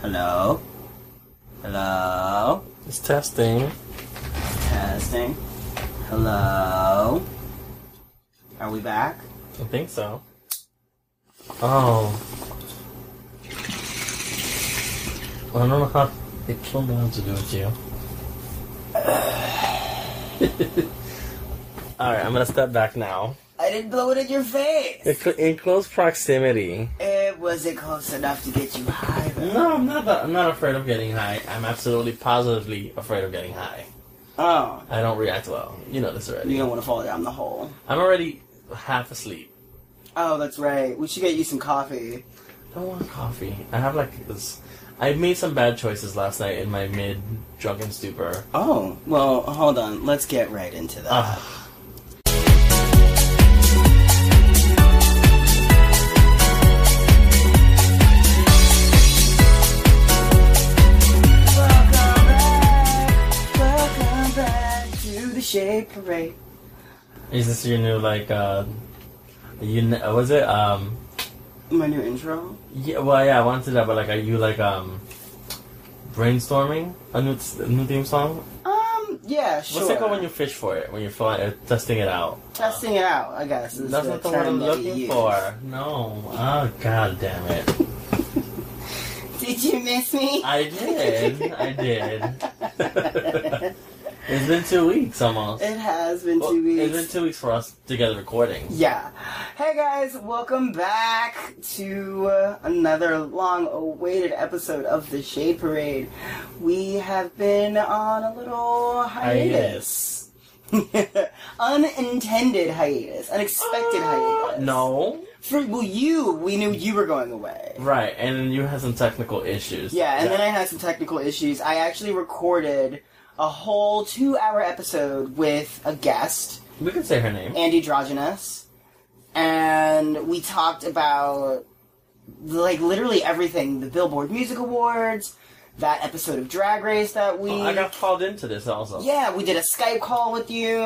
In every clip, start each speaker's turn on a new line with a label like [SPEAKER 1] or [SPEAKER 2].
[SPEAKER 1] Hello? Hello?
[SPEAKER 2] It's testing.
[SPEAKER 1] Testing. Hello? Are we back?
[SPEAKER 2] I think so. Oh. I don't know how they killed them to do with you. Alright, I'm gonna step back now.
[SPEAKER 1] I didn't blow it in your face!
[SPEAKER 2] In cl- In close proximity.
[SPEAKER 1] It wasn't close enough to get you high, though.
[SPEAKER 2] No, I'm not. I'm not afraid of getting high. I'm absolutely positively afraid of getting high.
[SPEAKER 1] Oh.
[SPEAKER 2] I don't react well. You know this
[SPEAKER 1] You
[SPEAKER 2] already.
[SPEAKER 1] don't want to fall down the hole.
[SPEAKER 2] I'm already half asleep.
[SPEAKER 1] Oh, that's right. We should get you some coffee.
[SPEAKER 2] I don't want coffee. I have like this. I made some bad choices last night in my mid drunken stupor.
[SPEAKER 1] Oh, well, hold on. Let's get right into that.
[SPEAKER 2] Ugh.
[SPEAKER 1] Welcome back. Welcome back to the Shade Parade.
[SPEAKER 2] Is this your new like? uh You kn- uh, was it? Um.
[SPEAKER 1] My new intro?
[SPEAKER 2] Yeah. Well, yeah. I wanted to do that, but like, are you like um brainstorming a new a new theme song?
[SPEAKER 1] Um, yeah, sure.
[SPEAKER 2] What's it called when you fish for it? When you're flying, uh, testing it out?
[SPEAKER 1] Testing it out, I guess. is
[SPEAKER 2] That's not the word
[SPEAKER 1] term
[SPEAKER 2] I'm
[SPEAKER 1] that we
[SPEAKER 2] looking
[SPEAKER 1] use.
[SPEAKER 2] for. No. Oh god damn it.
[SPEAKER 1] Did you miss me?
[SPEAKER 2] I did. I did. it's been two weeks almost.
[SPEAKER 1] It has been
[SPEAKER 2] Well,
[SPEAKER 1] two
[SPEAKER 2] It's been
[SPEAKER 1] weeks.
[SPEAKER 2] two weeks for us together recording.
[SPEAKER 1] Yeah. Hey guys, welcome back to uh, another long awaited episode of The Shade Parade. We have been on a little hiatus. Unintended hiatus. Unexpected hiatus.
[SPEAKER 2] No.
[SPEAKER 1] For, well, you, we knew you were going away.
[SPEAKER 2] Right, and then you had some technical issues.
[SPEAKER 1] Yeah, and then I had some technical issues. I actually recorded a whole two hour episode with a guest,
[SPEAKER 2] we could say her name.
[SPEAKER 1] Andy Drogenous, and we talked about like literally everything the Billboard Music Awards, that episode of Drag Race that week.
[SPEAKER 2] Oh, I got called into this also.
[SPEAKER 1] Yeah, we did a Skype call with you,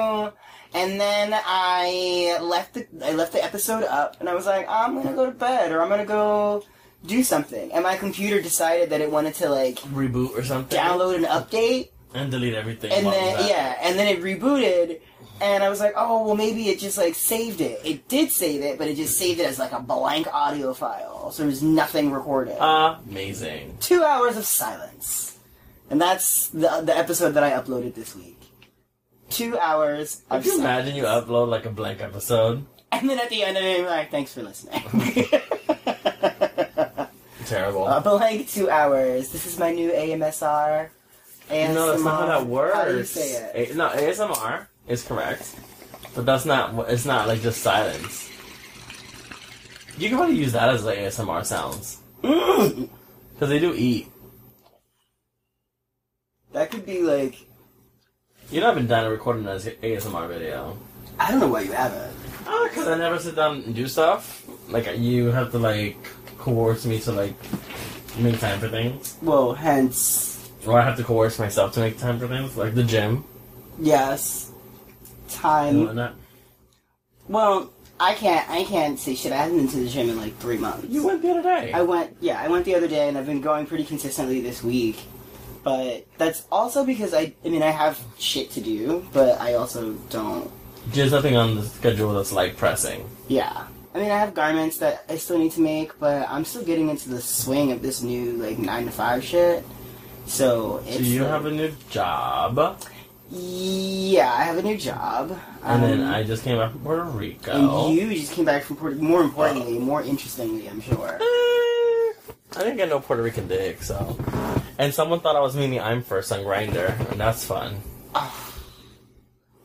[SPEAKER 1] and then I left the I left the episode up, and I was like, I'm gonna go to bed, or I'm gonna go do something. And my computer decided that it wanted to like
[SPEAKER 2] Reboot or something.
[SPEAKER 1] download an update,
[SPEAKER 2] and delete everything.
[SPEAKER 1] and
[SPEAKER 2] while
[SPEAKER 1] then
[SPEAKER 2] it was out.
[SPEAKER 1] yeah, and then it rebooted. And I was like, oh well, maybe it just like saved it. It did save it, but it just saved it as like a blank audio file, so there's nothing recorded.
[SPEAKER 2] Uh, Amazing.
[SPEAKER 1] Two hours of silence, and that's the the episode that I uploaded this week. Two hours of
[SPEAKER 2] Could you
[SPEAKER 1] silence.
[SPEAKER 2] imagine you upload like a blank episode?
[SPEAKER 1] And then at the end of it, I'm like, thanks for listening.
[SPEAKER 2] Terrible.
[SPEAKER 1] uh, but like two hours. This is my new AMSR. ASMR.
[SPEAKER 2] No, that's not how that works.
[SPEAKER 1] How do you say it?
[SPEAKER 2] A- no, ASMR is correct, but that's not. wh- It's not like just silence. You can probably use that as like ASMR sounds because they do eat.
[SPEAKER 1] That could be like
[SPEAKER 2] You know, I've been down to recording an ASMR video.
[SPEAKER 1] I don't know why you haven't.
[SPEAKER 2] Oh, because I never sit down and do stuff. Like you have to like coerce me to like make time for things,
[SPEAKER 1] Well, hence
[SPEAKER 2] or I have to coerce myself to make time for things, like the gym
[SPEAKER 1] yes, time.
[SPEAKER 2] and whatnot.
[SPEAKER 1] Well, I can't. I can't say shit. I haven't been to the gym in like three months.
[SPEAKER 2] You went the other day.
[SPEAKER 1] I went, yeah, I went the other day, and I've been going pretty consistently this week. But that's also because I, I mean, I have shit to do, but I also don't.
[SPEAKER 2] There's nothing on the schedule that's like pressing.
[SPEAKER 1] Yeah, I mean, I have garments that I still need to make, but I'm still getting into the swing of this new like nine to five shit. So it's
[SPEAKER 2] Do you
[SPEAKER 1] like-
[SPEAKER 2] have a new job?
[SPEAKER 1] yeah, I have a new job,
[SPEAKER 2] And then
[SPEAKER 1] Um,
[SPEAKER 2] I just came back from Puerto Rico.
[SPEAKER 1] and you just came back from Puerto. More importantly, more interestingly, I'm sure.
[SPEAKER 2] Eh, I didn't get no Puerto Rican dick, so. And someone thought I was meaning I'm first on Grinder, and that's fun.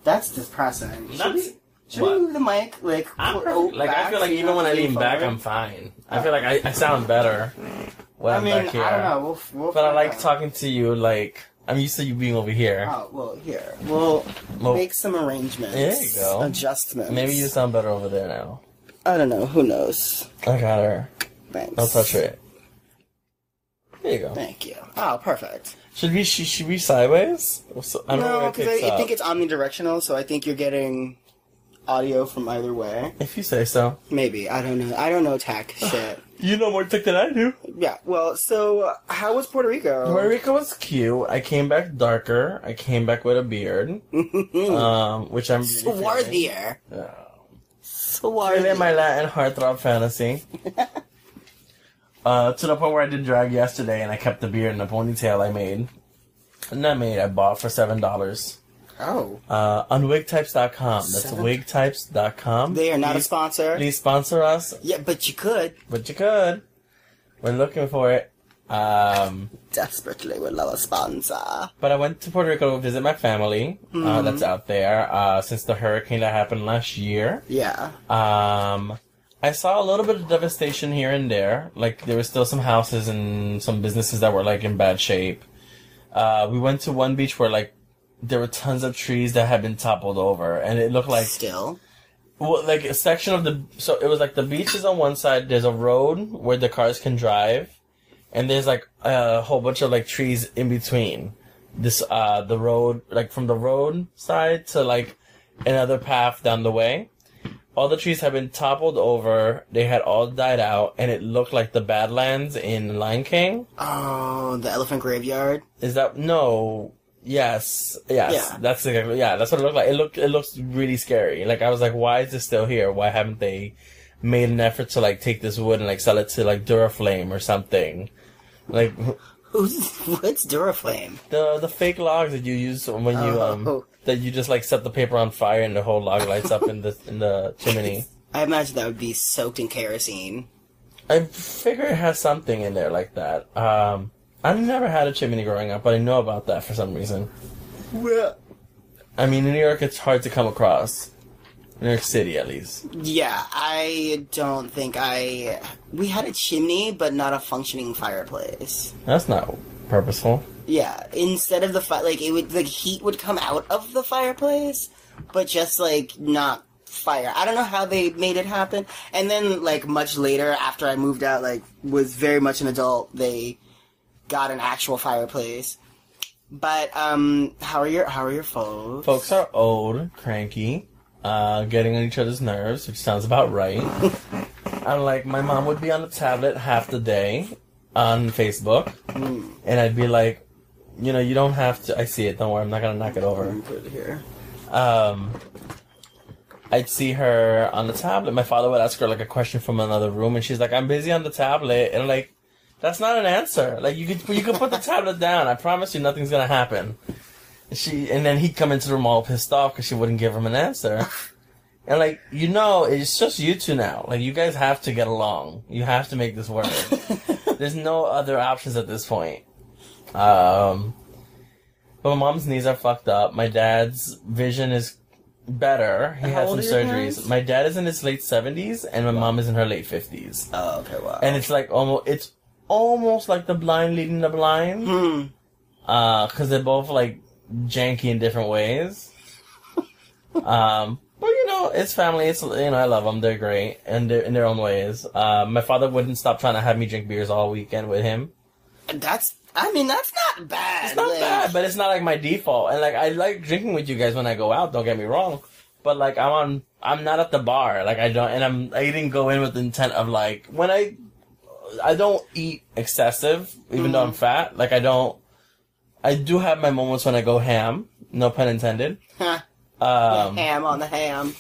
[SPEAKER 1] That's depressing. Should we,
[SPEAKER 2] That's-
[SPEAKER 1] should we
[SPEAKER 2] what?
[SPEAKER 1] move the mic like
[SPEAKER 2] I'm
[SPEAKER 1] or-
[SPEAKER 2] perfect.
[SPEAKER 1] oh,
[SPEAKER 2] like I
[SPEAKER 1] back
[SPEAKER 2] feel like
[SPEAKER 1] so you
[SPEAKER 2] even
[SPEAKER 1] don't
[SPEAKER 2] when I
[SPEAKER 1] lean
[SPEAKER 2] lean back,
[SPEAKER 1] forward?
[SPEAKER 2] I'm fine. I feel like I, I sound better when
[SPEAKER 1] I
[SPEAKER 2] am
[SPEAKER 1] mean,
[SPEAKER 2] back here.
[SPEAKER 1] I don't know. We'll, we'll
[SPEAKER 2] But I
[SPEAKER 1] find
[SPEAKER 2] like
[SPEAKER 1] out.
[SPEAKER 2] talking to you. Like I'm used to you being over here.
[SPEAKER 1] Oh well, here we'll
[SPEAKER 2] Well,
[SPEAKER 1] make some arrangements.
[SPEAKER 2] There you go.
[SPEAKER 1] Adjustments.
[SPEAKER 2] maybe you sound better over there now.
[SPEAKER 1] I don't know. Who knows?
[SPEAKER 2] I got her.
[SPEAKER 1] Thanks.
[SPEAKER 2] I'll touch it. There you go.
[SPEAKER 1] Thank you. Oh, perfect.
[SPEAKER 2] Should we should, should we sideways? Or so- I don't know
[SPEAKER 1] No,
[SPEAKER 2] where it
[SPEAKER 1] because
[SPEAKER 2] picks
[SPEAKER 1] I, I
[SPEAKER 2] up.
[SPEAKER 1] think it's omnidirectional, so I think you're getting audio from either way.
[SPEAKER 2] if you say so.
[SPEAKER 1] Maybe I don't know. I don't know tech shit.
[SPEAKER 2] You know more tech than I do.
[SPEAKER 1] Yeah. Well, so uh, how was Puerto
[SPEAKER 2] Puerto
[SPEAKER 1] Rico?
[SPEAKER 2] Rico was cute. I came back darker. I came back with a beard,
[SPEAKER 1] Mm.
[SPEAKER 2] um, which I'm really feeling.
[SPEAKER 1] Swarthier.
[SPEAKER 2] Yeah. Really my
[SPEAKER 1] Swarthier.
[SPEAKER 2] Latin heartthrob fantasy. uh, to the point where I did drag yesterday, and I kept the beard and the ponytail I made. Not made. I bought for seven dollars.
[SPEAKER 1] Oh,
[SPEAKER 2] Uh, on wigtypes.com. That's
[SPEAKER 1] Seven-
[SPEAKER 2] wigtypes.com.
[SPEAKER 1] they are not a
[SPEAKER 2] please,
[SPEAKER 1] sponsor.
[SPEAKER 2] Please sponsor us,
[SPEAKER 1] Yeah, but you could.
[SPEAKER 2] but you could. We're looking for it. Um,
[SPEAKER 1] Desperately would love a sponsor.
[SPEAKER 2] but I went to Puerto Rico to visit my family uh, that's out there uh, since the hurricane that happened last year.
[SPEAKER 1] Yeah.
[SPEAKER 2] Um, I saw a little bit of devastation here and there. Like there were still some houses and some businesses that were like in bad shape. Uh, we went to one beach where like there were tons of trees that had been toppled over, and it looked like
[SPEAKER 1] Still.
[SPEAKER 2] well, like a section of the so it was like the beach is on one side. There's a road where the cars can drive, and there's like a whole bunch of like trees in between. This uh the road like from the road side to like another path down the way. All the trees had been toppled over. They had all died out, and it looked like the Badlands in Lion King.
[SPEAKER 1] Oh, the elephant graveyard.
[SPEAKER 2] Is that no? Yes, yes.
[SPEAKER 1] Yeah.
[SPEAKER 2] That's exactly yeah. That's what it looked like. It looked it looks really scary. Like I was like, why is this still here? Why haven't they made an effort to like take this wood and like sell it to like Duraflame or something? Like
[SPEAKER 1] Who's what's Duraflame?
[SPEAKER 2] the the fake logs that you use when you um
[SPEAKER 1] Oh.
[SPEAKER 2] that you just like set the paper on fire and the whole log lights up in the in the chimney.
[SPEAKER 1] I imagine that would be soaked in kerosene.
[SPEAKER 2] I figure it has something in there like that. Um, I never had a chimney growing up, but I know about that for some reason. I mean, in New York, it's hard to come across. New York City, at least.
[SPEAKER 1] Yeah, I don't think I. We had a chimney, but not a functioning fireplace.
[SPEAKER 2] That's not purposeful.
[SPEAKER 1] Yeah, instead of the fi- like it would like heat would come out of the fireplace, but just like not fire. I don't know how they made it happen. And then like much later after I moved out, like was very much an adult, they got an actual fireplace. But um, how are your how are your folks?
[SPEAKER 2] Folks are old, cranky, uh, getting on each other's nerves, which sounds about right. I'm like, my mom would be on the tablet half the day on Facebook, and I'd be like, you know, you don't have to. I see it. Don't worry. I'm not gonna knock it over.
[SPEAKER 1] Put it here.
[SPEAKER 2] um, I'd see her on the tablet. My father would ask her like a question from another room, and she's like, "I'm busy on the tablet," and I'm like, that's not an answer. Like you could you could put the tablet down. I promise you, nothing's gonna happen. And she and then he'd come into the room all pissed off because she wouldn't give him an answer. And like you know, it's just you two now. Like you guys have to get along. You have to make this work. There's no other options at this point. Um, but my mom's knees are fucked up. My dad's vision is better. He
[SPEAKER 1] How
[SPEAKER 2] had some
[SPEAKER 1] old are your
[SPEAKER 2] surgeries.
[SPEAKER 1] parents?
[SPEAKER 2] My dad is in his late seventies, and my mom is in her late fifties
[SPEAKER 1] Oh, okay, wow.
[SPEAKER 2] and it's like almost it's almost like the blind leading the blind
[SPEAKER 1] Hmm.
[SPEAKER 2] Uh because they're both like janky in different ways um but you know it's family it's you know i love them they're great and they're in their own ways uh, my father wouldn't stop trying to have me drink beers all weekend with him
[SPEAKER 1] That's. I mean, that's not bad.
[SPEAKER 2] it's not
[SPEAKER 1] like-
[SPEAKER 2] bad but it's not like my default and like i like drinking with you guys when i go out don't get me wrong but like i'm on i'm not at the bar like i don't and i'm i didn't go in with the intent of like when i I don't eat excessive, even though I'm fat. Like I don't. I do have my moments when I go ham. No pun intended.
[SPEAKER 1] Huh.
[SPEAKER 2] Um,
[SPEAKER 1] ham on the ham.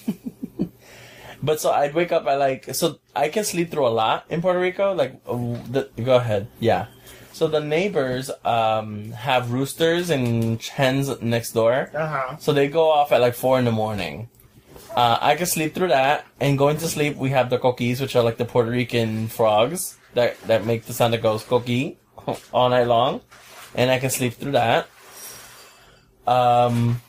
[SPEAKER 2] But so I'd wake up at like so I can sleep through a lot in Puerto Rico. Like w- the, go ahead, yeah. So the neighbors um, have roosters and hens next door.
[SPEAKER 1] Uh huh.
[SPEAKER 2] So they go off at like four in the morning. Uh, I can sleep through that, and going to sleep, we have the coquis, which are like the Puerto Rican frogs that that make the sound that goes coqui all night long, and I can sleep through that. Um,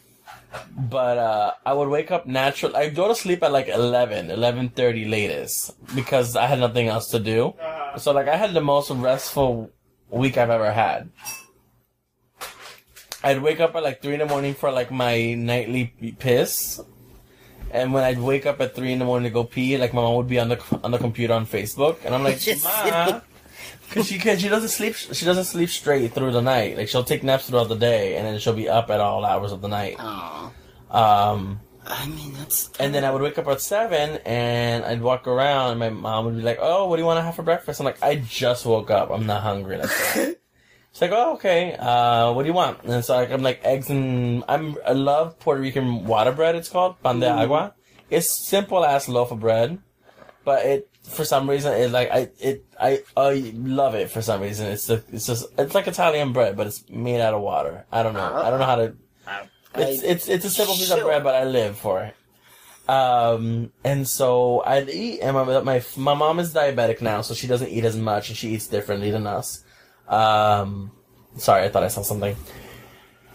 [SPEAKER 2] but uh, I would wake up natural. I go to sleep at like 11, 11.30 latest because I had nothing else to do. So like I had the most restful week I've ever had. I'd wake up at like three in the morning for like my nightly p- piss, and when I'd wake up at three in the morning to go pee, like my mom would be on the c- on the computer on Facebook, and I'm like,
[SPEAKER 1] Just
[SPEAKER 2] ma, because she can she doesn't sleep she doesn't sleep straight through the night. Like she'll take naps throughout the day, and then she'll be up at all hours of the night.
[SPEAKER 1] Oh.
[SPEAKER 2] Um,
[SPEAKER 1] I mean, that's.
[SPEAKER 2] And then I would wake up at seven and I'd walk around and my mom would be like, Oh, what do you want to have for breakfast? I'm like, I just woke up. I'm not hungry. Like that. She's like, Oh, okay. Uh, what do you want? And so like, I'm like, eggs and I'm, I love Puerto Rican water bread. It's called pan de agua. It's simple ass loaf of bread, but it, for some reason, it like, I, it, I, I love it for some reason. It's the, it's just, it's like Italian bread, but it's made out of water. I don't know. I don't know how to it's,
[SPEAKER 1] I-
[SPEAKER 2] it's it's a simple piece of
[SPEAKER 1] Sure.
[SPEAKER 2] bread, but I live for it. Um, and so I'd eat, and my, my my mom is diabetic now, so she doesn't eat as much, and she eats differently than us. Um, sorry, I thought I saw something.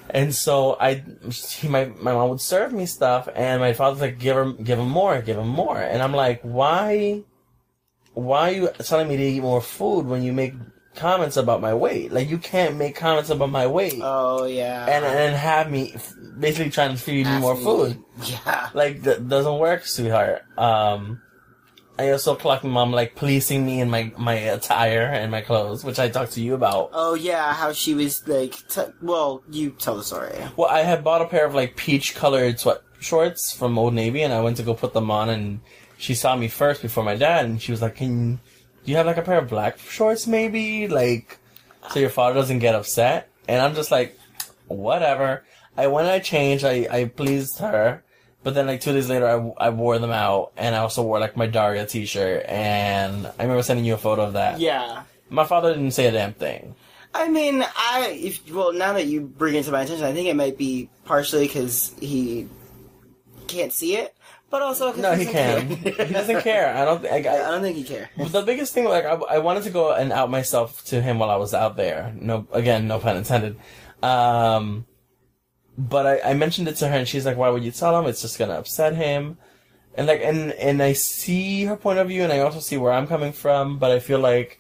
[SPEAKER 2] And so I, she, my my mom would serve me stuff, and my father's like, give her, give him more, give him more, and I'm like, why, why are you telling me to eat more food when you make comments about my weight? Like you can't make comments about my weight
[SPEAKER 1] oh yeah.
[SPEAKER 2] and and have me f- basically trying to feed me
[SPEAKER 1] Ask
[SPEAKER 2] more
[SPEAKER 1] me.
[SPEAKER 2] food.
[SPEAKER 1] Yeah.
[SPEAKER 2] Like that doesn't work, sweetheart. Um, I also clocked my mom like policing me in my my attire and my clothes, which I talked to you about.
[SPEAKER 1] Oh yeah, how she was like. T- well, you tell the story.
[SPEAKER 2] Well, I had bought a pair of like peach colored sweat shorts from Old Navy, and I went to go put them on, and she saw me first before my dad, and she was like, "Can do you have like a pair of black shorts, maybe? Like, so your father doesn't get upset?" And I'm just like, whatever. I went, I changed, I, I pleased her, but then like two days later, I, I wore them out, and I also wore like my Daria t-shirt, and I remember sending you a photo of that.
[SPEAKER 1] Yeah.
[SPEAKER 2] My father didn't say a damn thing.
[SPEAKER 1] I mean, I if well now that you bring it to my attention, I think it might be partially because he can't see it, but also 'cause
[SPEAKER 2] No, he
[SPEAKER 1] doesn't
[SPEAKER 2] can.
[SPEAKER 1] care.
[SPEAKER 2] he doesn't care. I don't. I,
[SPEAKER 1] I
[SPEAKER 2] I,
[SPEAKER 1] don't think he cares.
[SPEAKER 2] But the biggest thing, like, I, I wanted to go and out myself to him while I was out there. No, again, no pun intended. Um, but I, I mentioned it to her, and she's like, "Why would you tell him? It's just gonna upset him." And like, and and I see her point of view, and I also see where I'm coming from. But I feel like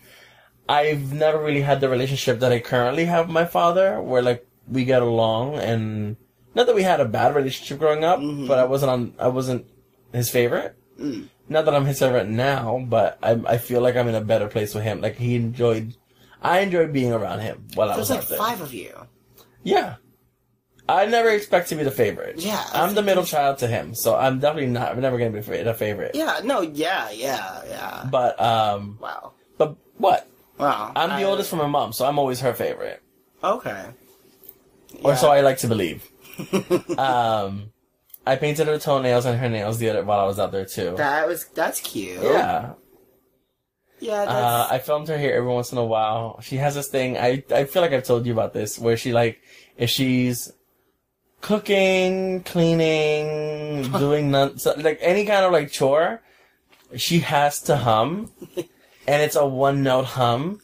[SPEAKER 2] I've never really had the relationship that I currently have with my father, where like we get along, and not that we had a bad relationship growing up,
[SPEAKER 1] Mm-hmm.
[SPEAKER 2] but I wasn't on, I wasn't his favorite
[SPEAKER 1] Mm.
[SPEAKER 2] not that I'm his favorite now, but I I feel like I'm in a better place with him. Like he enjoyed, I enjoyed being around him while I was
[SPEAKER 1] There's like
[SPEAKER 2] out there.
[SPEAKER 1] five of you.
[SPEAKER 2] Yeah, I never expect to be the favorite.
[SPEAKER 1] Yeah, I
[SPEAKER 2] I'm the
[SPEAKER 1] think
[SPEAKER 2] middle child to him, so I'm definitely not. I'm never gonna be fa- the favorite.
[SPEAKER 1] Yeah. No. Yeah. Yeah. Yeah.
[SPEAKER 2] But um,
[SPEAKER 1] Wow.
[SPEAKER 2] but what?
[SPEAKER 1] Wow.
[SPEAKER 2] I'm the
[SPEAKER 1] I-
[SPEAKER 2] oldest from my mom, so I'm always her favorite,
[SPEAKER 1] Okay.
[SPEAKER 2] or
[SPEAKER 1] Yeah.
[SPEAKER 2] so I like to believe. um, I painted her toenails and her nails the other while I was out there too.
[SPEAKER 1] That was that's cute.
[SPEAKER 2] yeah,
[SPEAKER 1] Yeah.
[SPEAKER 2] Uh,
[SPEAKER 1] That's,
[SPEAKER 2] I filmed her here every once in a while. She has this thing. I I feel like I've told you about this, where she like if she's cooking, cleaning, doing none, so, like any kind of like chore, she has to hum, and it's a one note hum.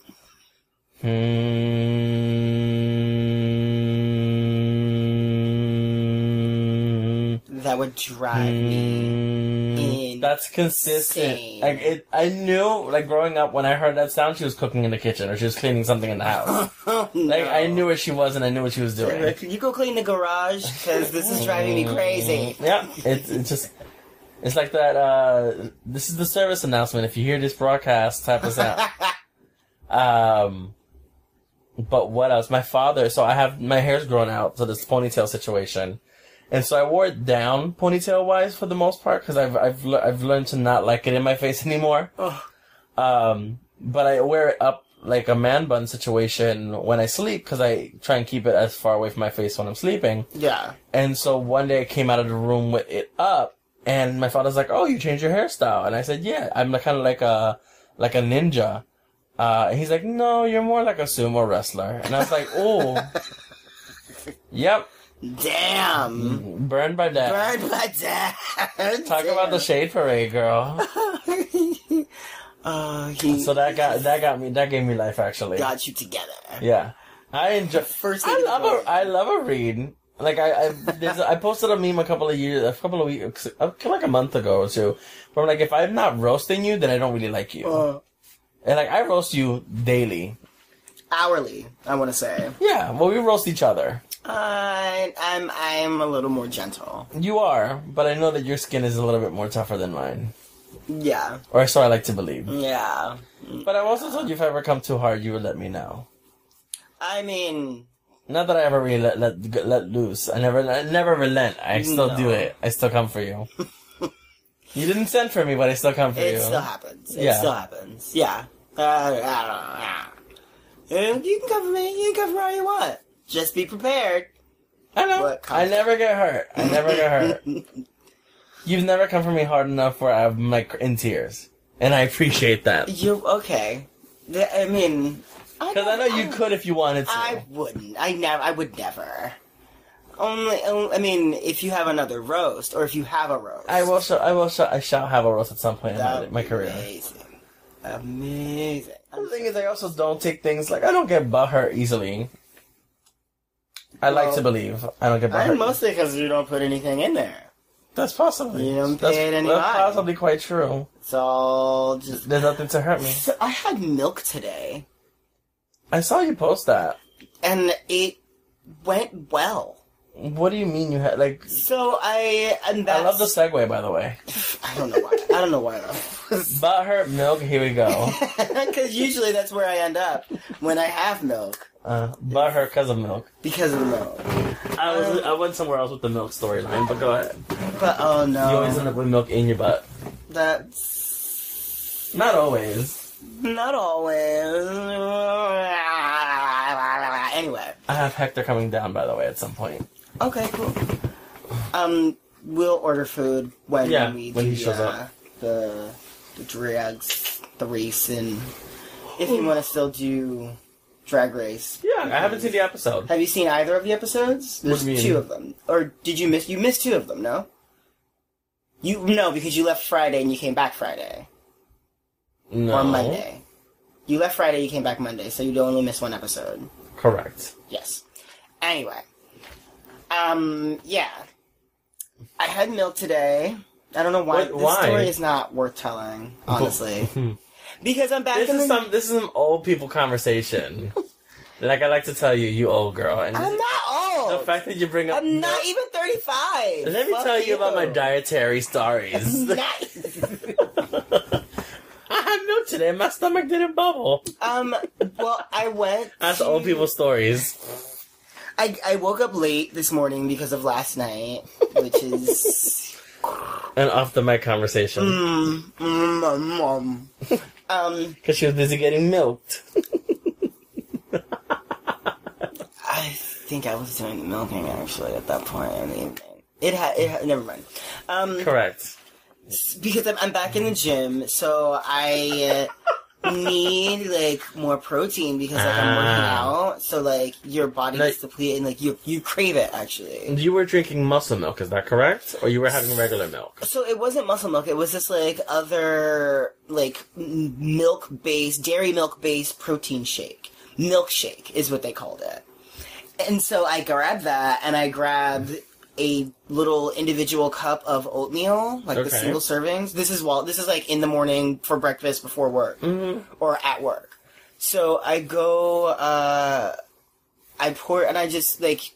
[SPEAKER 2] Hmm.
[SPEAKER 1] that would drive me.
[SPEAKER 2] Mm, that's consistent.
[SPEAKER 1] insane.
[SPEAKER 2] Like it, I knew. Like growing up, when I heard that sound, she was cooking in the kitchen or she was cleaning something in the house.
[SPEAKER 1] Oh, no.
[SPEAKER 2] like I knew where she was and I knew what she was doing.
[SPEAKER 1] You go clean the garage because this is driving me crazy.
[SPEAKER 2] Mm. Yeah, it's it's just. It's like that. uh This is the service announcement. If you hear this broadcast, type us out. Um, but what else? My father. So I have my hair's grown out, so this ponytail situation, and so I wore it down ponytail wise for the most part because I've I've le- I've learned to not like it in my face anymore.
[SPEAKER 1] Ugh.
[SPEAKER 2] Um, but I wear it up like a man bun situation when I sleep because I try and keep it as far away from my face when I'm sleeping.
[SPEAKER 1] Yeah.
[SPEAKER 2] And so one day I came out of the room with it up, and my father's like, "Oh, you changed your hairstyle?" And I said, "Yeah, I'm kind of like a like a ninja." Uh, and he's like, "No, you're more like a sumo wrestler." And I was like, "Oh, yep,
[SPEAKER 1] Damn.
[SPEAKER 2] burned by that."
[SPEAKER 1] Burn my dad.
[SPEAKER 2] Mm. Talk about the shade parade, girl.
[SPEAKER 1] Oh, he
[SPEAKER 2] so that got that got me that gave me life actually.
[SPEAKER 1] got you together.
[SPEAKER 2] Yeah, I enjoy.
[SPEAKER 1] First thing
[SPEAKER 2] I
[SPEAKER 1] in the
[SPEAKER 2] love
[SPEAKER 1] morning.
[SPEAKER 2] a I love a read. Like I I, there's a, I posted a meme a couple of years a couple of weeks uh, like a month ago or two. Where I'm like, if I'm not roasting you, then I don't really like you.
[SPEAKER 1] Uh,
[SPEAKER 2] and like I roast you daily.
[SPEAKER 1] hourly, I want to say.
[SPEAKER 2] Yeah, well we roast each other.
[SPEAKER 1] Uh, I'm I'm a little more gentle.
[SPEAKER 2] You are, but I know that your skin is a little bit more tougher than mine,
[SPEAKER 1] Yeah,
[SPEAKER 2] or so I like to believe.
[SPEAKER 1] yeah.
[SPEAKER 2] But I've also told you if I ever come too hard, you would let me know.
[SPEAKER 1] I mean,
[SPEAKER 2] Not that I ever really let let, g- let loose. I never I never relent. I still
[SPEAKER 1] No.
[SPEAKER 2] do it. I still come for you. you didn't send for me, but I still come for
[SPEAKER 1] It
[SPEAKER 2] you.
[SPEAKER 1] still happens. It
[SPEAKER 2] Yeah.
[SPEAKER 1] still happens. Yeah. Uh, I don't know. Uh, You can cover me. You can cover all you want. Just be prepared.
[SPEAKER 2] I know.
[SPEAKER 1] What
[SPEAKER 2] I
[SPEAKER 1] kind?
[SPEAKER 2] never get hurt. I never get hurt. You've never come for me hard enough where I'm like in tears, and I appreciate that
[SPEAKER 1] You okay? Th- I mean,
[SPEAKER 2] because I know you
[SPEAKER 1] don't-
[SPEAKER 2] could if you wanted to.
[SPEAKER 1] I wouldn't. I never. I would never. Only. on- I mean, if you have another roast, or if you have a roast,
[SPEAKER 2] I will. Show, I will. Show, I shall have a roast at some point in
[SPEAKER 1] That
[SPEAKER 2] my,
[SPEAKER 1] would
[SPEAKER 2] my
[SPEAKER 1] be
[SPEAKER 2] career.
[SPEAKER 1] Amazing. Amazing.
[SPEAKER 2] The thing is, I also don't take things like I don't get butt hurt easily. I like
[SPEAKER 1] Well,
[SPEAKER 2] to believe I don't get butt hurt.
[SPEAKER 1] And mostly because you don't put anything in there.
[SPEAKER 2] that's possibly.
[SPEAKER 1] You don't
[SPEAKER 2] that's,
[SPEAKER 1] pay it any
[SPEAKER 2] that's
[SPEAKER 1] mind.
[SPEAKER 2] possibly quite true.
[SPEAKER 1] It's all just.
[SPEAKER 2] There's nothing to hurt me.
[SPEAKER 1] So I had milk today,
[SPEAKER 2] I saw you post that.
[SPEAKER 1] and it went well.
[SPEAKER 2] What do you mean you had like?
[SPEAKER 1] So I and that's,
[SPEAKER 2] I love the segue, by the way.
[SPEAKER 1] I don't know why. I don't know why. though.
[SPEAKER 2] Butt hurt milk. Here we go.
[SPEAKER 1] Because usually that's where I end up when I have milk
[SPEAKER 2] Uh, butt hurt because of milk.
[SPEAKER 1] because of the milk.
[SPEAKER 2] I was I went somewhere else with the milk storyline, but go ahead.
[SPEAKER 1] But oh
[SPEAKER 2] You
[SPEAKER 1] no,
[SPEAKER 2] always end up with milk in your butt.
[SPEAKER 1] that's
[SPEAKER 2] Not always.
[SPEAKER 1] not always. Anyway,
[SPEAKER 2] I have Hector coming down, by the way, at some point.
[SPEAKER 1] okay, cool. Um, we'll order food when
[SPEAKER 2] Yeah,
[SPEAKER 1] we
[SPEAKER 2] when
[SPEAKER 1] do
[SPEAKER 2] he shows
[SPEAKER 1] uh,
[SPEAKER 2] up.
[SPEAKER 1] the the drags, the race, and if you want to still do drag race.
[SPEAKER 2] Yeah, I haven't seen the episode.
[SPEAKER 1] Have you seen either of the episodes?
[SPEAKER 2] What
[SPEAKER 1] There's
[SPEAKER 2] do you mean?
[SPEAKER 1] two of them. Or did you miss? You missed two of them, no? You no, because you left Friday and you came back Friday
[SPEAKER 2] No.
[SPEAKER 1] or Monday. You left Friday, you came back Monday, so you only missed one episode.
[SPEAKER 2] Correct.
[SPEAKER 1] Yes. Anyway, um, yeah, I had milk today. I don't know why
[SPEAKER 2] What-
[SPEAKER 1] this
[SPEAKER 2] why? Hmm.
[SPEAKER 1] story is not worth telling, honestly, because I'm back
[SPEAKER 2] This
[SPEAKER 1] in the.
[SPEAKER 2] is some. This is an old people conversation. like I like to tell you, you old girl, and
[SPEAKER 1] I'm not
[SPEAKER 2] the
[SPEAKER 1] old.
[SPEAKER 2] fact that you bring up.
[SPEAKER 1] I'm not even 35.
[SPEAKER 2] Let me
[SPEAKER 1] Fuck
[SPEAKER 2] tell you, about my
[SPEAKER 1] you.
[SPEAKER 2] dietary stories.
[SPEAKER 1] Nice.
[SPEAKER 2] I had milk today. and My stomach didn't bubble.
[SPEAKER 1] Um. Well, I went.
[SPEAKER 2] That's
[SPEAKER 1] to-
[SPEAKER 2] old people stories.
[SPEAKER 1] I I woke up late this morning because of last night, which is
[SPEAKER 2] An off the mic conversation
[SPEAKER 1] mm, mm, mm, mm. um.
[SPEAKER 2] because she was busy getting milked.
[SPEAKER 1] I think I was doing the milking actually at that point in the evening. It had. It ha- never mind. Um.
[SPEAKER 2] Correct.
[SPEAKER 1] Because I'm I'm back in the gym, so I. uh, Need like more protein because like I'm working
[SPEAKER 2] Ah.
[SPEAKER 1] out, so like your body
[SPEAKER 2] Like-
[SPEAKER 1] gets depleted and like you you crave it actually.
[SPEAKER 2] You were drinking muscle milk, is that correct? Or you were having regular milk?
[SPEAKER 1] So it wasn't muscle milk. It was just like other like milk based, dairy milk based protein shake. Milkshake is what they called it. And so I grabbed that and I grabbed a little individual cup of oatmeal, like the
[SPEAKER 2] Okay.
[SPEAKER 1] single servings. This is while this is like in the morning for breakfast before work or at work. So I go uh I pour and I just like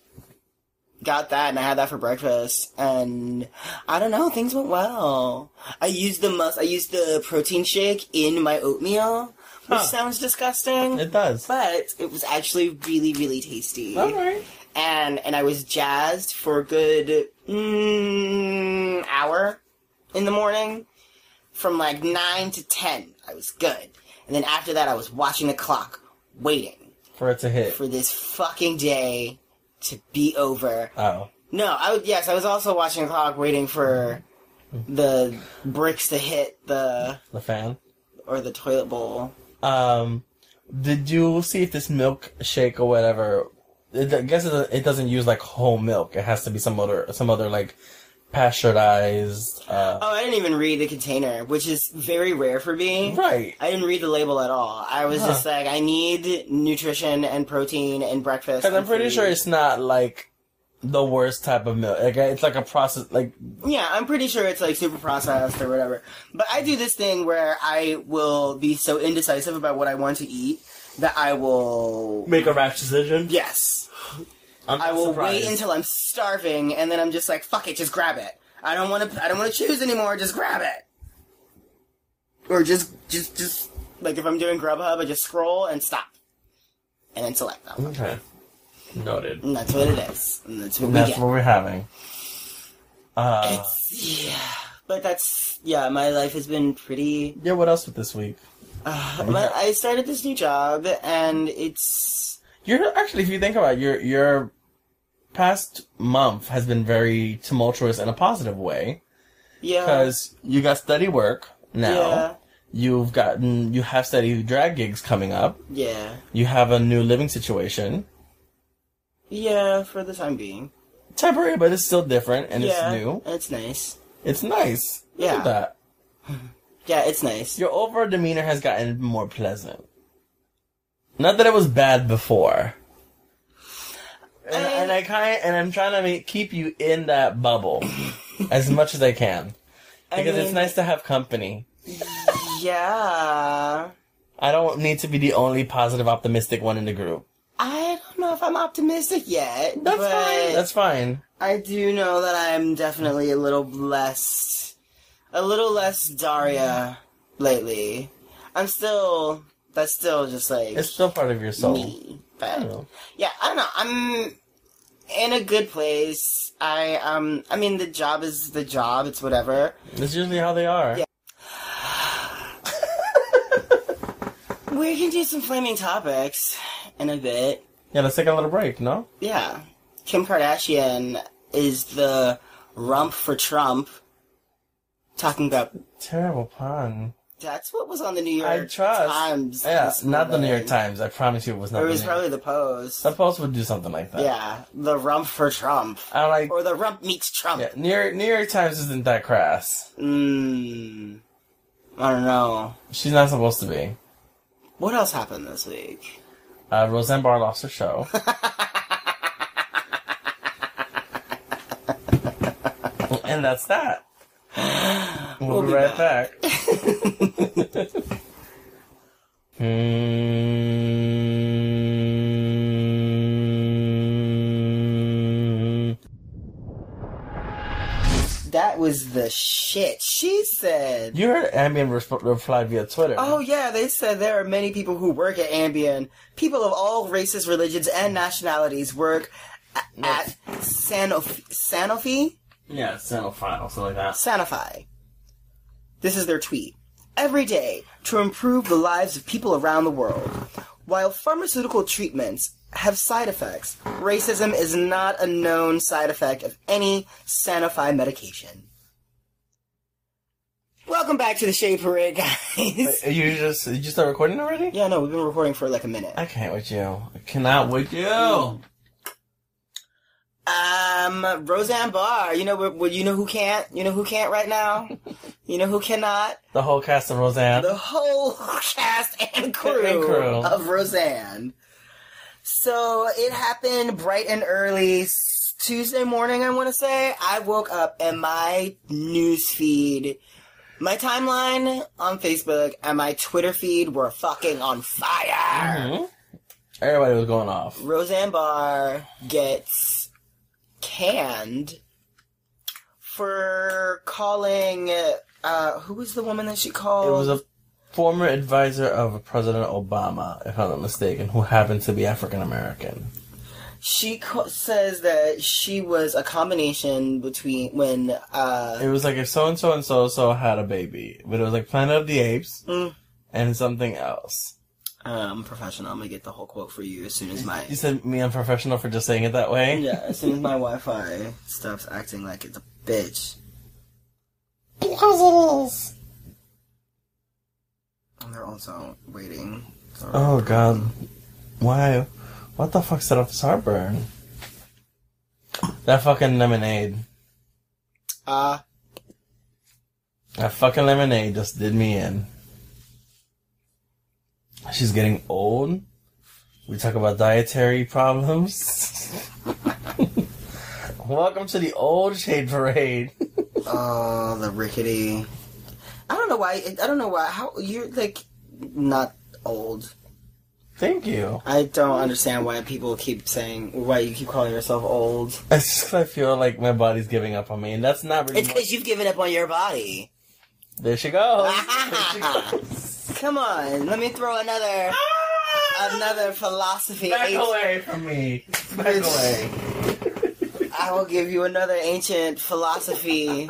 [SPEAKER 1] got that and I had that for breakfast and I don't know, things went well. I used the mus I used the protein shake in my oatmeal, which
[SPEAKER 2] Huh.
[SPEAKER 1] sounds disgusting.
[SPEAKER 2] It does.
[SPEAKER 1] but it was actually really, really tasty,
[SPEAKER 2] Alright.
[SPEAKER 1] and and I was jazzed for a good mm, hour in the morning, from like nine to ten. I was good, and then after that, I was watching the clock, waiting
[SPEAKER 2] For it to hit.
[SPEAKER 1] for this fucking day to be over.
[SPEAKER 2] Oh.
[SPEAKER 1] No, I would, yes, I was also watching the clock, waiting for the bricks to hit the
[SPEAKER 2] The fan.
[SPEAKER 1] or the toilet bowl.
[SPEAKER 2] Um, did you see if this milkshake or whatever? It, I guess it, it doesn't use like whole milk. It has to be some other some other like pasteurized. Uh,
[SPEAKER 1] Oh, I didn't even read the container, which is very rare for me.
[SPEAKER 2] right.
[SPEAKER 1] I didn't read the label at all. I was
[SPEAKER 2] Huh.
[SPEAKER 1] just like, I need nutrition and protein and breakfast.
[SPEAKER 2] Because I'm
[SPEAKER 1] and
[SPEAKER 2] pretty
[SPEAKER 1] food.
[SPEAKER 2] sure it's not like the worst type of milk. Like it's like a process. Like
[SPEAKER 1] Yeah, I'm pretty sure it's like super processed or whatever. But I do this thing where I will be so indecisive about what I want to eat that I will.
[SPEAKER 2] make a rash decision.
[SPEAKER 1] Yes.
[SPEAKER 2] I'm
[SPEAKER 1] I
[SPEAKER 2] not
[SPEAKER 1] will
[SPEAKER 2] surprised.
[SPEAKER 1] wait until I'm starving and then I'm just like, fuck it, just grab it. I don't want to. I don't want to choose anymore. Just grab it. Or just, just, just like if I'm doing Grubhub, I just scroll and stop, and then select them.
[SPEAKER 2] Okay. Noted.
[SPEAKER 1] And that's what it is. And that's what we
[SPEAKER 2] That's
[SPEAKER 1] get.
[SPEAKER 2] what we're having. Uh,
[SPEAKER 1] It's, yeah. But that's yeah. My life has been pretty.
[SPEAKER 2] yeah, what else with this week?
[SPEAKER 1] Uh, my, I started this new job, and it's
[SPEAKER 2] You're actually, if you think about it, your your past month has been very tumultuous in a positive way
[SPEAKER 1] yeah.
[SPEAKER 2] because you got steady work now.
[SPEAKER 1] Yeah.
[SPEAKER 2] You've gotten you have steady drag gigs coming up.
[SPEAKER 1] Yeah.
[SPEAKER 2] You have a new living situation,
[SPEAKER 1] Yeah. For the time being.
[SPEAKER 2] temporary, but it's still different and
[SPEAKER 1] yeah.
[SPEAKER 2] it's new.
[SPEAKER 1] It's nice.
[SPEAKER 2] It's nice. Look
[SPEAKER 1] Yeah.
[SPEAKER 2] at that.
[SPEAKER 1] Yeah, it's nice.
[SPEAKER 2] Your overall demeanor has gotten more pleasant. Not that it was bad before. And,
[SPEAKER 1] I-
[SPEAKER 2] and I kind and I'm trying to make, keep you in that bubble as much as I can
[SPEAKER 1] I
[SPEAKER 2] because it's
[SPEAKER 1] mean,
[SPEAKER 2] nice to have company.
[SPEAKER 1] Yeah.
[SPEAKER 2] I don't need to be the only positive, optimistic one in the group.
[SPEAKER 1] I don't know if I'm optimistic yet.
[SPEAKER 2] That's
[SPEAKER 1] but
[SPEAKER 2] fine. That's fine.
[SPEAKER 1] I do know that I'm definitely a little less, a little less Daria lately. I'm still. That's still just like
[SPEAKER 2] It's still part of your soul.
[SPEAKER 1] me.
[SPEAKER 2] I
[SPEAKER 1] But
[SPEAKER 2] don't know.
[SPEAKER 1] yeah, I don't know. I'm in a good place. I um. I mean, the job is the job. It's whatever.
[SPEAKER 2] That's usually how they are.
[SPEAKER 1] Yeah. We can do some flaming topics in a bit.
[SPEAKER 2] Yeah, Let's take a little break. No.
[SPEAKER 1] Yeah. Kim Kardashian is the rump for Trump. Talking about
[SPEAKER 2] Terrible pun.
[SPEAKER 1] that's what was on the New York
[SPEAKER 2] I trust.
[SPEAKER 1] Times.
[SPEAKER 2] Yeah,
[SPEAKER 1] this
[SPEAKER 2] not the New
[SPEAKER 1] morning.
[SPEAKER 2] York Times. I promise you, it was not.
[SPEAKER 1] Or it
[SPEAKER 2] the
[SPEAKER 1] was
[SPEAKER 2] New York-
[SPEAKER 1] probably the Post.
[SPEAKER 2] The Post would do something like that.
[SPEAKER 1] Yeah, the rump for Trump,
[SPEAKER 2] I'm like,
[SPEAKER 1] or the rump meets Trump.
[SPEAKER 2] yeah, New York, New York Times isn't that crass.
[SPEAKER 1] Mmm. I don't know.
[SPEAKER 2] She's not supposed to be.
[SPEAKER 1] What else happened this week?
[SPEAKER 2] Uh, Roseanne Barr lost her show. and that's that. We'll, be,
[SPEAKER 1] be
[SPEAKER 2] right back. Hmm. Mm.
[SPEAKER 1] That was the shit she said.
[SPEAKER 2] you heard Ambien resp- reply via Twitter.
[SPEAKER 1] Oh yeah, they said there are many people who work at Ambien. People of all races, religions, and nationalities work a- at Sanofi. Sanofi.
[SPEAKER 2] yeah, Sentinel File, something like that.
[SPEAKER 1] Sanify. This is their tweet. Every day to improve the lives of people around the world. While pharmaceutical treatments have side effects, racism is not a known side effect of any Sanofi medication. Welcome back to the Shade Parade, guys.
[SPEAKER 2] Wait, you just you start recording already?
[SPEAKER 1] Yeah, no, we've been recording for like a minute.
[SPEAKER 2] I can't with you. I cannot with you.
[SPEAKER 1] Um, Roseanne Barr, you know, what- what- you know who can't, you know who can't right now, you know who cannot.
[SPEAKER 2] The whole cast of Roseanne.
[SPEAKER 1] the whole cast and crew,
[SPEAKER 2] And crew.
[SPEAKER 1] of Roseanne. So it happened bright and early s- Tuesday morning, I want to say. I woke up and my news feed, my timeline on Facebook and my Twitter feed were fucking on fire.
[SPEAKER 2] Mhm. Everybody was going off.
[SPEAKER 1] Roseanne Barr gets canned for calling, uh, who was the woman that she called?
[SPEAKER 2] It was a former advisor of President Obama, if I'm not mistaken, who happened to be African American.
[SPEAKER 1] She co- says that she was a combination between when uh
[SPEAKER 2] It was like if so and so and so so had a baby, but it was like Planet of the Apes
[SPEAKER 1] Mm.
[SPEAKER 2] and something else.
[SPEAKER 1] um professional. I'm gonna get the whole quote for you as soon as my
[SPEAKER 2] You said me unprofessional for just saying it that way.
[SPEAKER 1] yeah as soon as my Wi-Fi stops acting like it's a bitch.
[SPEAKER 2] because it is.
[SPEAKER 1] And they're also waiting. for-
[SPEAKER 2] Oh God, why? What the fuck set off this heartburn? That fucking lemonade.
[SPEAKER 1] Uh
[SPEAKER 2] That fucking lemonade just did me in. She's getting old. We talk about dietary problems. Welcome to the old shade parade.
[SPEAKER 1] oh the rickety. I don't know why. I don't know why. How you're like not old.
[SPEAKER 2] Thank you.
[SPEAKER 1] I don't understand why people keep saying why you keep calling yourself old.
[SPEAKER 2] It's just 'cause I feel like my body's giving up on me, and that's not really.
[SPEAKER 1] It's
[SPEAKER 2] my-
[SPEAKER 1] because you've given up on your body.
[SPEAKER 2] there she goes. There she goes.
[SPEAKER 1] Come on, let me throw another. another philosophy.
[SPEAKER 2] Back
[SPEAKER 1] Ancient-
[SPEAKER 2] away from me. Back away.
[SPEAKER 1] I will give you another ancient philosophy.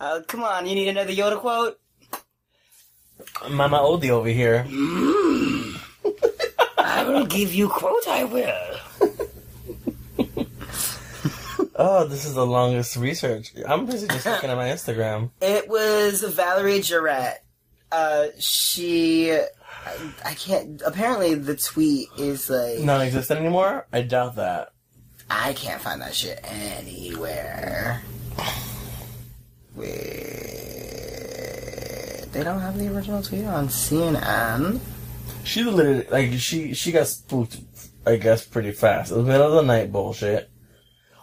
[SPEAKER 1] uh, come on, you need another Yoda quote?
[SPEAKER 2] Mama Odie over here.
[SPEAKER 1] I will give you quote, I will.
[SPEAKER 2] Oh, this is the longest research. I'm busy just looking at my Instagram.
[SPEAKER 1] It was Valerie Jarrett. Uh, she. I, I can't. Apparently, the tweet is like.
[SPEAKER 2] Non existent anymore? I doubt that.
[SPEAKER 1] I can't find that shit anywhere. Wait. They don't have the original tweet on CNN.
[SPEAKER 2] She literally, like, she, she got spooked, I guess, pretty fast. It was middle of the night bullshit.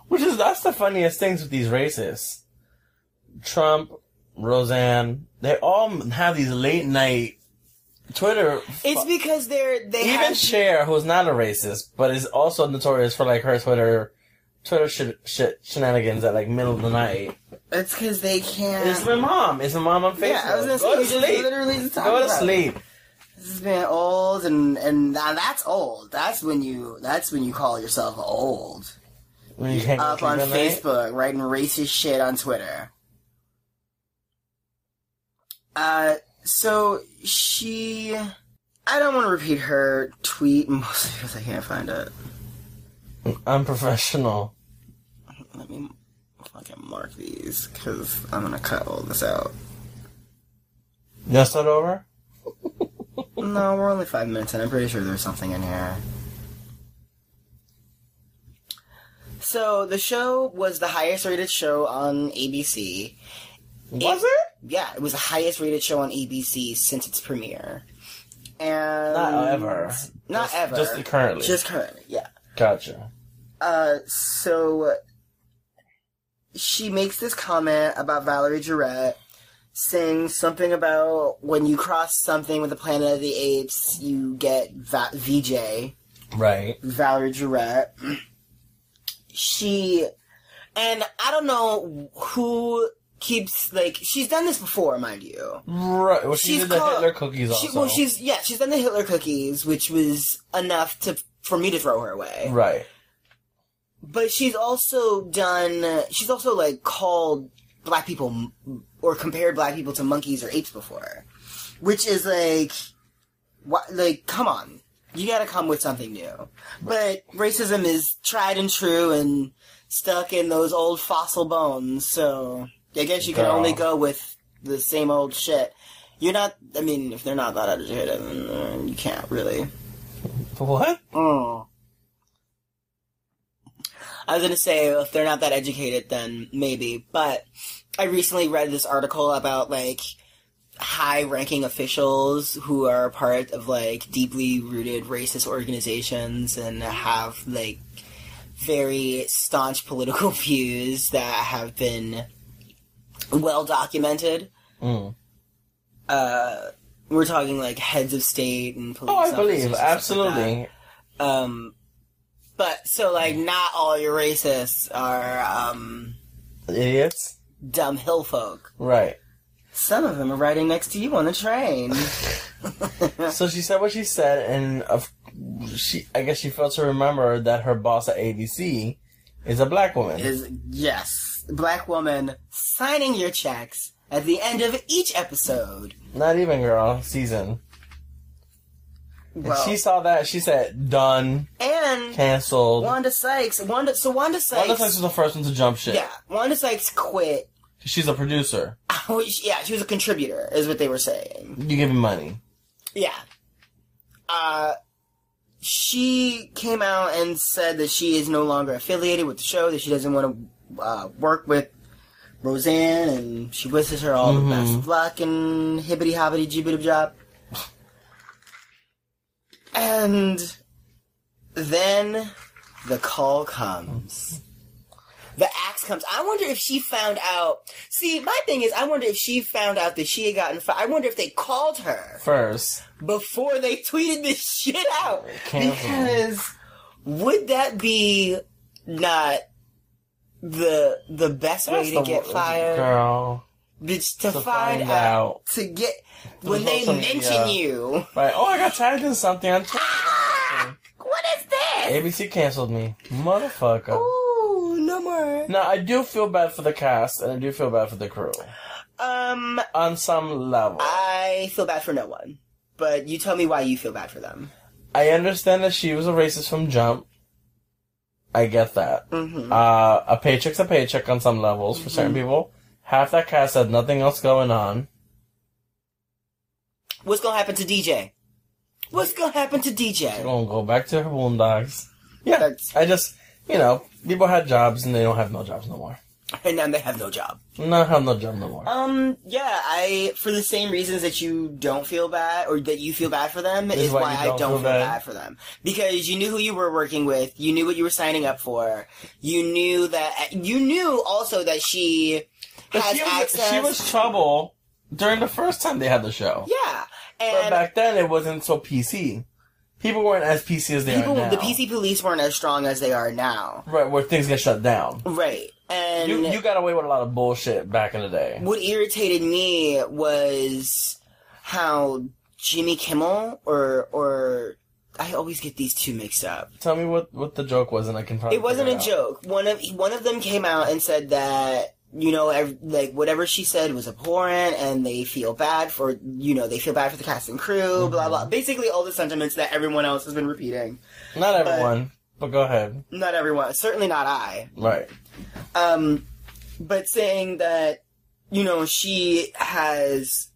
[SPEAKER 2] Which is, that's the funniest things with these racists. Trump, Roseanne, they all have these late night Twitter.
[SPEAKER 1] It's because they're. They
[SPEAKER 2] Even
[SPEAKER 1] have-
[SPEAKER 2] Cher, who's not a racist, but is also notorious for, like, her Twitter, Twitter shit, shit shenanigans at, like, middle of the night.
[SPEAKER 1] It's because they can't.
[SPEAKER 2] It's my mom. It's my mom on Facebook.
[SPEAKER 1] Yeah, I was gonna
[SPEAKER 2] Go
[SPEAKER 1] say,
[SPEAKER 2] to
[SPEAKER 1] we just
[SPEAKER 2] sleep.
[SPEAKER 1] literally just talked
[SPEAKER 2] Go to
[SPEAKER 1] about it.
[SPEAKER 2] sleep.
[SPEAKER 1] This has been old, and and now that's old. That's when you that's when you call yourself old.
[SPEAKER 2] When you can't go
[SPEAKER 1] Up
[SPEAKER 2] to sleep
[SPEAKER 1] on
[SPEAKER 2] at night.
[SPEAKER 1] Facebook, writing racist shit on Twitter. Uh, so she, I don't want to repeat her tweet mostly because I can't find it.
[SPEAKER 2] I'm professional.
[SPEAKER 1] Let me fucking mark these because I'm gonna cut all this out.
[SPEAKER 2] That's not over?
[SPEAKER 1] No, we're only five minutes in. I'm pretty sure there's something in here. So the show was the highest rated show on ABC.
[SPEAKER 2] Was it?
[SPEAKER 1] Yeah, it was the highest rated show on ABC since its premiere. And
[SPEAKER 2] Not ever.
[SPEAKER 1] Not
[SPEAKER 2] Just-
[SPEAKER 1] ever.
[SPEAKER 2] just currently.
[SPEAKER 1] Just currently, yeah.
[SPEAKER 2] Gotcha.
[SPEAKER 1] Uh, so she makes this comment about Valerie Jarrett saying something about when you cross something with the Planet of the Apes, you get Va- VJ,
[SPEAKER 2] Right.
[SPEAKER 1] Valerie Jarrett. She, and I don't know who keeps, like, she's done this before, mind you.
[SPEAKER 2] Right. Well, she
[SPEAKER 1] She's
[SPEAKER 2] did the
[SPEAKER 1] called-
[SPEAKER 2] Hitler cookies also.
[SPEAKER 1] She, well, she's, yeah, she's done the Hitler cookies, which was enough to, for me to throw her away.
[SPEAKER 2] right.
[SPEAKER 1] But she's also done. She's also like called black people m- or compared black people to monkeys or apes before, which is like, what? Like, come on, you got to come with something new. But racism is tried and true and stuck in those old fossil bones. So I guess you can
[SPEAKER 2] Girl.
[SPEAKER 1] only go with the same old shit. You're not. I mean, if they're not that educated, then uh, you can't really.
[SPEAKER 2] What?
[SPEAKER 1] Oh. I was gonna say if they're not that educated, then maybe. But I recently read this article about like high-ranking officials who are part of like deeply rooted racist organizations and have like very staunch political views that have been well documented.
[SPEAKER 2] Mm.
[SPEAKER 1] Uh, we're talking like heads of state and police.
[SPEAKER 2] Oh, I
[SPEAKER 1] officers
[SPEAKER 2] believe.
[SPEAKER 1] and stuff like that.
[SPEAKER 2] Absolutely.
[SPEAKER 1] Um, but so like, not all your racists are um
[SPEAKER 2] Idiots.
[SPEAKER 1] dumb hill folk.
[SPEAKER 2] Right.
[SPEAKER 1] Some of them are riding next to you on a train.
[SPEAKER 2] So she said what she said, and of, she, I guess she failed to remember that her boss at ABC is a black woman.
[SPEAKER 1] Is yes, black woman signing your checks at the end of each episode.
[SPEAKER 2] Not even, girl. Season.
[SPEAKER 1] Well,
[SPEAKER 2] she saw that. She said, done.
[SPEAKER 1] and
[SPEAKER 2] Canceled.
[SPEAKER 1] Wanda Sykes. Wanda. So Wanda Sykes.
[SPEAKER 2] Wanda Sykes was the first one to jump ship.
[SPEAKER 1] yeah, Wanda Sykes quit.
[SPEAKER 2] She's a producer.
[SPEAKER 1] Which, yeah, she was a contributor, is what they were saying.
[SPEAKER 2] You give me money.
[SPEAKER 1] Yeah. Uh, she came out and said that she is no longer affiliated with the show, that she doesn't want to uh, work with Roseanne, and she wishes her all the best of luck and hibbity hobbity jibbity job. And then the call comes. The axe comes. I wonder if she found out. See, my thing is, I wonder if she found out that she had gotten fired. I wonder if they called her
[SPEAKER 2] First.
[SPEAKER 1] before they tweeted this shit out.
[SPEAKER 2] Cancel.
[SPEAKER 1] Because would that be not the the best way to
[SPEAKER 2] the
[SPEAKER 1] get
[SPEAKER 2] wo-
[SPEAKER 1] fired?
[SPEAKER 2] Girl.
[SPEAKER 1] bitch, to,
[SPEAKER 2] To
[SPEAKER 1] find,
[SPEAKER 2] find
[SPEAKER 1] out,
[SPEAKER 2] out.
[SPEAKER 1] to get when
[SPEAKER 2] the
[SPEAKER 1] they
[SPEAKER 2] social
[SPEAKER 1] mention
[SPEAKER 2] media.
[SPEAKER 1] you.
[SPEAKER 2] Right. Oh, I got tagged in something on Twitter.
[SPEAKER 1] Ah, what is this?
[SPEAKER 2] ABC canceled me. Motherfucker.
[SPEAKER 1] Ooh, no more.
[SPEAKER 2] Now, I do feel bad for the cast, and I do feel bad for the crew.
[SPEAKER 1] Um,
[SPEAKER 2] On some level.
[SPEAKER 1] I feel bad for no one, but you tell me why you feel bad for them.
[SPEAKER 2] I understand that she was a racist from jump. I get that.
[SPEAKER 1] Mm-hmm.
[SPEAKER 2] Uh, a paycheck's a paycheck on some levels for certain people. Half that cast had nothing else going on.
[SPEAKER 1] What's gonna happen to DJ? What's gonna happen to
[SPEAKER 2] They're
[SPEAKER 1] DJ?
[SPEAKER 2] gonna go back to her boondocks. Yeah,
[SPEAKER 1] That's-
[SPEAKER 2] I just, you know, people had jobs and they don't have no jobs no more.
[SPEAKER 1] And now they have no job.
[SPEAKER 2] No, have no job no more.
[SPEAKER 1] Um, yeah, I for the same reasons that you don't feel bad or that you feel bad for them is, why, I don't feel bad. for them because you knew who you were working with, you knew what you were signing up for, you knew that you knew also that she
[SPEAKER 2] But
[SPEAKER 1] has
[SPEAKER 2] she was,
[SPEAKER 1] access.
[SPEAKER 2] she was trouble during the first time they had the show.
[SPEAKER 1] yeah,
[SPEAKER 2] But
[SPEAKER 1] and
[SPEAKER 2] back then it wasn't so PC. People weren't as PC as they
[SPEAKER 1] people,
[SPEAKER 2] are now.
[SPEAKER 1] the PC police weren't as strong as they are now,
[SPEAKER 2] right where things get shut down.
[SPEAKER 1] right? And
[SPEAKER 2] You you got away with a lot of bullshit back in the day.
[SPEAKER 1] what irritated me was how Jimmy Kimmel or or I always get these two mixed up.
[SPEAKER 2] Tell me what, what the joke was, and I can probably.
[SPEAKER 1] It wasn't a
[SPEAKER 2] figure out.
[SPEAKER 1] joke. One of one of them came out and said that you know ev- like whatever she said was abhorrent, and they feel bad for you know they feel bad for the cast and crew. Blah
[SPEAKER 2] Mm-hmm.
[SPEAKER 1] blah. Basically, all the sentiments that everyone else has been repeating.
[SPEAKER 2] Not everyone, but go ahead.
[SPEAKER 1] Not everyone, certainly not I.
[SPEAKER 2] Right.
[SPEAKER 1] Um, but saying that you know she has.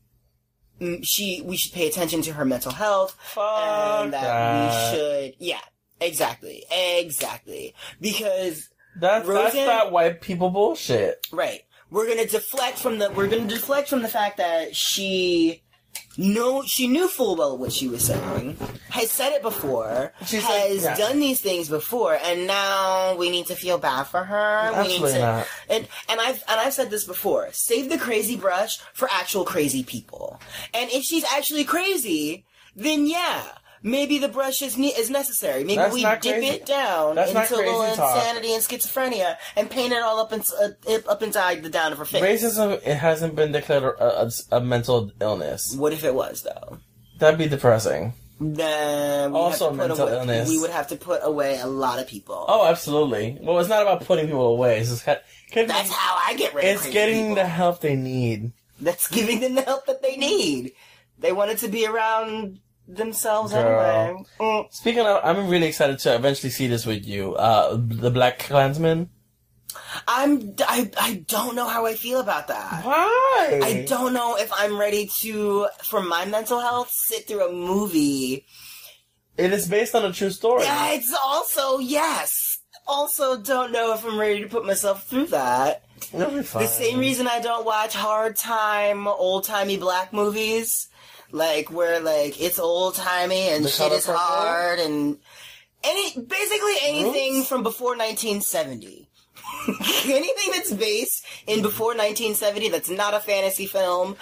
[SPEAKER 1] mm, She, we should pay attention to her mental health,
[SPEAKER 2] Fuck
[SPEAKER 1] and that, we should, yeah, exactly, exactly, because
[SPEAKER 2] That's that's
[SPEAKER 1] Roseanne-
[SPEAKER 2] that white people bullshit.
[SPEAKER 1] Right. We're gonna deflect from the we're gonna deflect from the fact that she no she knew full well what she was saying, has said it before,
[SPEAKER 2] She's like-
[SPEAKER 1] has
[SPEAKER 2] yeah.
[SPEAKER 1] done these things before, and now we need to feel bad for her. we need
[SPEAKER 2] Absolutely
[SPEAKER 1] to
[SPEAKER 2] not.
[SPEAKER 1] and and I've and I've said this before. Save the crazy brush for actual crazy people. And if she's actually crazy, then yeah, maybe the brush is ne- is necessary. Maybe
[SPEAKER 2] That's
[SPEAKER 1] we
[SPEAKER 2] not
[SPEAKER 1] dip
[SPEAKER 2] crazy.
[SPEAKER 1] it down
[SPEAKER 2] That's
[SPEAKER 1] into
[SPEAKER 2] not
[SPEAKER 1] a little
[SPEAKER 2] crazy talk.
[SPEAKER 1] insanity and schizophrenia and paint it all up in, uh, up inside the down of her face.
[SPEAKER 2] Racism it hasn't been declared a, a, a mental illness.
[SPEAKER 1] What if it was though?
[SPEAKER 2] That'd be depressing.
[SPEAKER 1] Then we
[SPEAKER 2] Also
[SPEAKER 1] have to put
[SPEAKER 2] mental
[SPEAKER 1] away,
[SPEAKER 2] illness.
[SPEAKER 1] We would have to put away a lot of people.
[SPEAKER 2] Oh, absolutely. Well, it's not about putting people away. It's just ha- getting-
[SPEAKER 1] That's how I get rid of
[SPEAKER 2] it's
[SPEAKER 1] crazy
[SPEAKER 2] getting
[SPEAKER 1] people.
[SPEAKER 2] the help they need.
[SPEAKER 1] that's giving them the help that they need. They wanted to be around themselves
[SPEAKER 2] Girl.
[SPEAKER 1] anyway. Mm.
[SPEAKER 2] Speaking of, I'm really excited to eventually see this with you. Uh, the Black Klansman.
[SPEAKER 1] I'm I, I don't know how I feel about that.
[SPEAKER 2] Why?
[SPEAKER 1] I don't know if I'm ready to, for my mental health, sit through a movie.
[SPEAKER 2] It is based on a true story.
[SPEAKER 1] Yeah, It's also yes. Also, don't know if I'm ready to put myself through that.
[SPEAKER 2] It'll be fine.
[SPEAKER 1] The same reason I don't watch hard time, old timey black movies, like where like it's old timey and
[SPEAKER 2] The
[SPEAKER 1] shit is
[SPEAKER 2] Color Purple?
[SPEAKER 1] hard and any basically anything
[SPEAKER 2] Roots?
[SPEAKER 1] from before 1970. anything that's based in before 1970 that's not a fantasy film,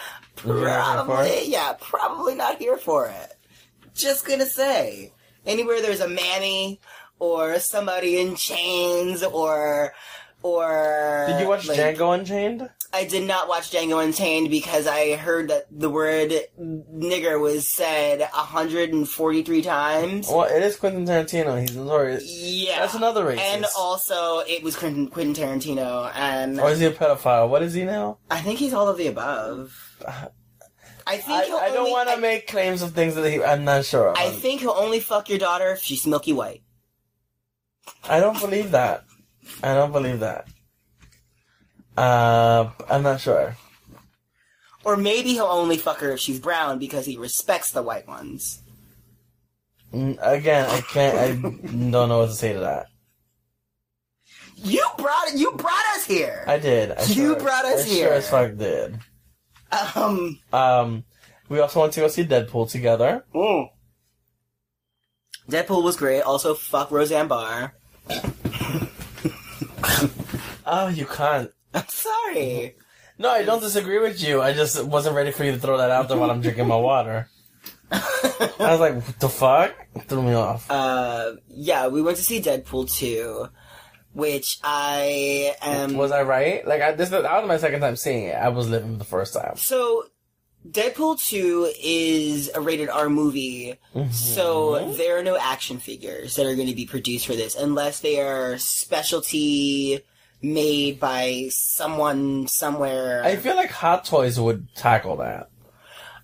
[SPEAKER 2] You're not here for
[SPEAKER 1] probably yeah, probably not here for it. Just gonna say anywhere there's a mammy or somebody in chains or or
[SPEAKER 2] Did you watch
[SPEAKER 1] like,
[SPEAKER 2] Django Unchained?
[SPEAKER 1] I did not watch Django Unchained because I heard that the word nigger was said 143 times.
[SPEAKER 2] Well, it is Quentin Tarantino. He's notorious.
[SPEAKER 1] Yeah.
[SPEAKER 2] Oh, That's another racist.
[SPEAKER 1] And also, it was Quentin, Quentin Tarantino, and
[SPEAKER 2] Or Oh, is he a pedophile? What is he now?
[SPEAKER 1] I think he's all of the above. I think
[SPEAKER 2] I,
[SPEAKER 1] he'll
[SPEAKER 2] I don't
[SPEAKER 1] only-
[SPEAKER 2] want to
[SPEAKER 1] I-
[SPEAKER 2] make claims of things that he, I'm not sure of.
[SPEAKER 1] I think he'll only fuck your daughter if she's milky white.
[SPEAKER 2] I don't believe that. I don't believe that. Uh, I'm not sure.
[SPEAKER 1] Or maybe he'll only fuck her if she's brown because he respects the white ones.
[SPEAKER 2] Mm, Again, I can't. I don't know what to say to that.
[SPEAKER 1] You brought you brought us here.
[SPEAKER 2] I did. I
[SPEAKER 1] You
[SPEAKER 2] sure-
[SPEAKER 1] brought us
[SPEAKER 2] I
[SPEAKER 1] here.
[SPEAKER 2] Sure as fuck did.
[SPEAKER 1] um.
[SPEAKER 2] Um, we also want to go see Deadpool together.
[SPEAKER 1] mm. Deadpool was great. Also, fuck Roseanne Barr.
[SPEAKER 2] Oh, you can't.
[SPEAKER 1] I'm sorry.
[SPEAKER 2] No, I don't disagree with you. I just wasn't ready for you to throw that out there while I'm drinking my water. I was like, what the fuck? It threw me off.
[SPEAKER 1] uh, yeah, we went to see Deadpool 2. which I am.
[SPEAKER 2] was I right? Like I, this, that was my second time seeing it. I was living the first time.
[SPEAKER 1] So, Deadpool 2 is a rated R movie,
[SPEAKER 2] Mm-hmm.
[SPEAKER 1] so there are no action figures that are going to be produced for this unless they are specialty made by someone somewhere.
[SPEAKER 2] I feel like Hot Toys would tackle that.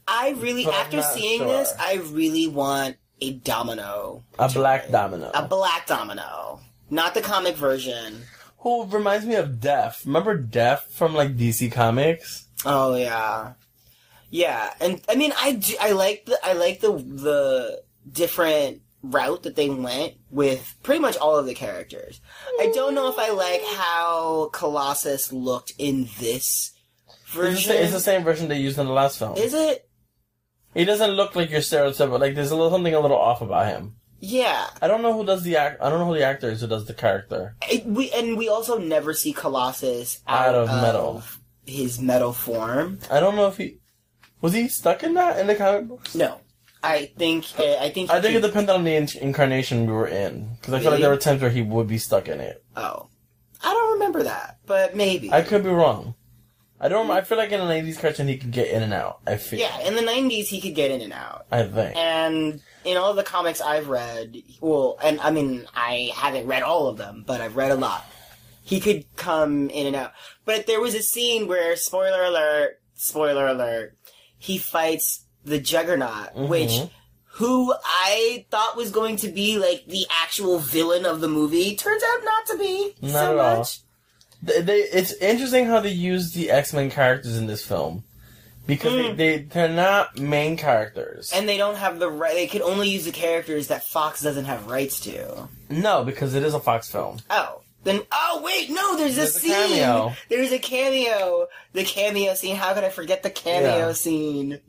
[SPEAKER 1] I really,
[SPEAKER 2] But I'm
[SPEAKER 1] after
[SPEAKER 2] not
[SPEAKER 1] seeing
[SPEAKER 2] sure.
[SPEAKER 1] this, I really want a domino.
[SPEAKER 2] A black domino.
[SPEAKER 1] A black domino. Not the comic version.
[SPEAKER 2] Who reminds me of Def. Remember Def from like DC Comics?
[SPEAKER 1] Oh yeah, yeah, and I mean, I do, I like the I like the the different route that they went with pretty much all of the characters. I don't know if I like how Colossus looked in this
[SPEAKER 2] It's
[SPEAKER 1] version.
[SPEAKER 2] the, it's the same version they used in the last film.
[SPEAKER 1] Is it?
[SPEAKER 2] He doesn't look like your stereotypical. Like there's a little something a little off about him.
[SPEAKER 1] Yeah,
[SPEAKER 2] I don't know who does the act. I don't know who the actor is who does the character.
[SPEAKER 1] It- we and we also never see Colossus out,
[SPEAKER 2] Out of metal.
[SPEAKER 1] his metal form.
[SPEAKER 2] I don't know if he was he stuck in that in the comic books.
[SPEAKER 1] No, I think I think
[SPEAKER 2] I think
[SPEAKER 1] he-
[SPEAKER 2] it depended on the in- incarnation we were in because I feel like there were times where he would be stuck in it.
[SPEAKER 1] oh, I don't remember that, but maybe
[SPEAKER 2] I could be wrong. I don't. I feel like in an '80s cartoon he could get in and out. I feel.
[SPEAKER 1] yeah. In the '90s, he could get in and out.
[SPEAKER 2] I think.
[SPEAKER 1] And in all the comics I've read, well, and I mean, I haven't read all of them, but I've read a lot. He could come in and out. But there was a scene where, spoiler alert, spoiler alert, he fights the Juggernaut,
[SPEAKER 2] Mm-hmm.
[SPEAKER 1] which, who I thought was going to be like the actual villain of the movie, turns out not to be
[SPEAKER 2] Not
[SPEAKER 1] so
[SPEAKER 2] at all.
[SPEAKER 1] much.
[SPEAKER 2] They, they, it's interesting how they use the X Men characters in this film because they, they they're not main characters.
[SPEAKER 1] Hmm. And they don't have the right, they could only use the characters that Fox doesn't have rights to.
[SPEAKER 2] no, because it is a Fox film.
[SPEAKER 1] Oh. Then oh wait, no, there's a
[SPEAKER 2] There's a
[SPEAKER 1] scene.
[SPEAKER 2] cameo.
[SPEAKER 1] There's a cameo. The cameo scene. How could I forget the cameo
[SPEAKER 2] Yeah.
[SPEAKER 1] scene?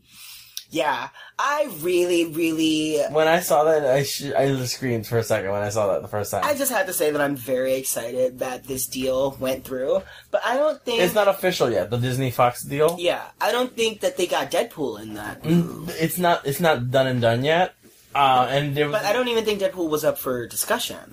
[SPEAKER 1] Yeah. I really, really
[SPEAKER 2] When I saw that, I sh- I screamed for a second when I saw that the first time.
[SPEAKER 1] I just have to say that I'm very excited that this deal went through. But I don't think
[SPEAKER 2] it's not official yet. The Disney Fox deal.
[SPEAKER 1] Yeah. I don't think that they got Deadpool in that.
[SPEAKER 2] Mm, It's not. It's not done and done yet. Uh, and there was,
[SPEAKER 1] But I don't even think Deadpool was up for discussion.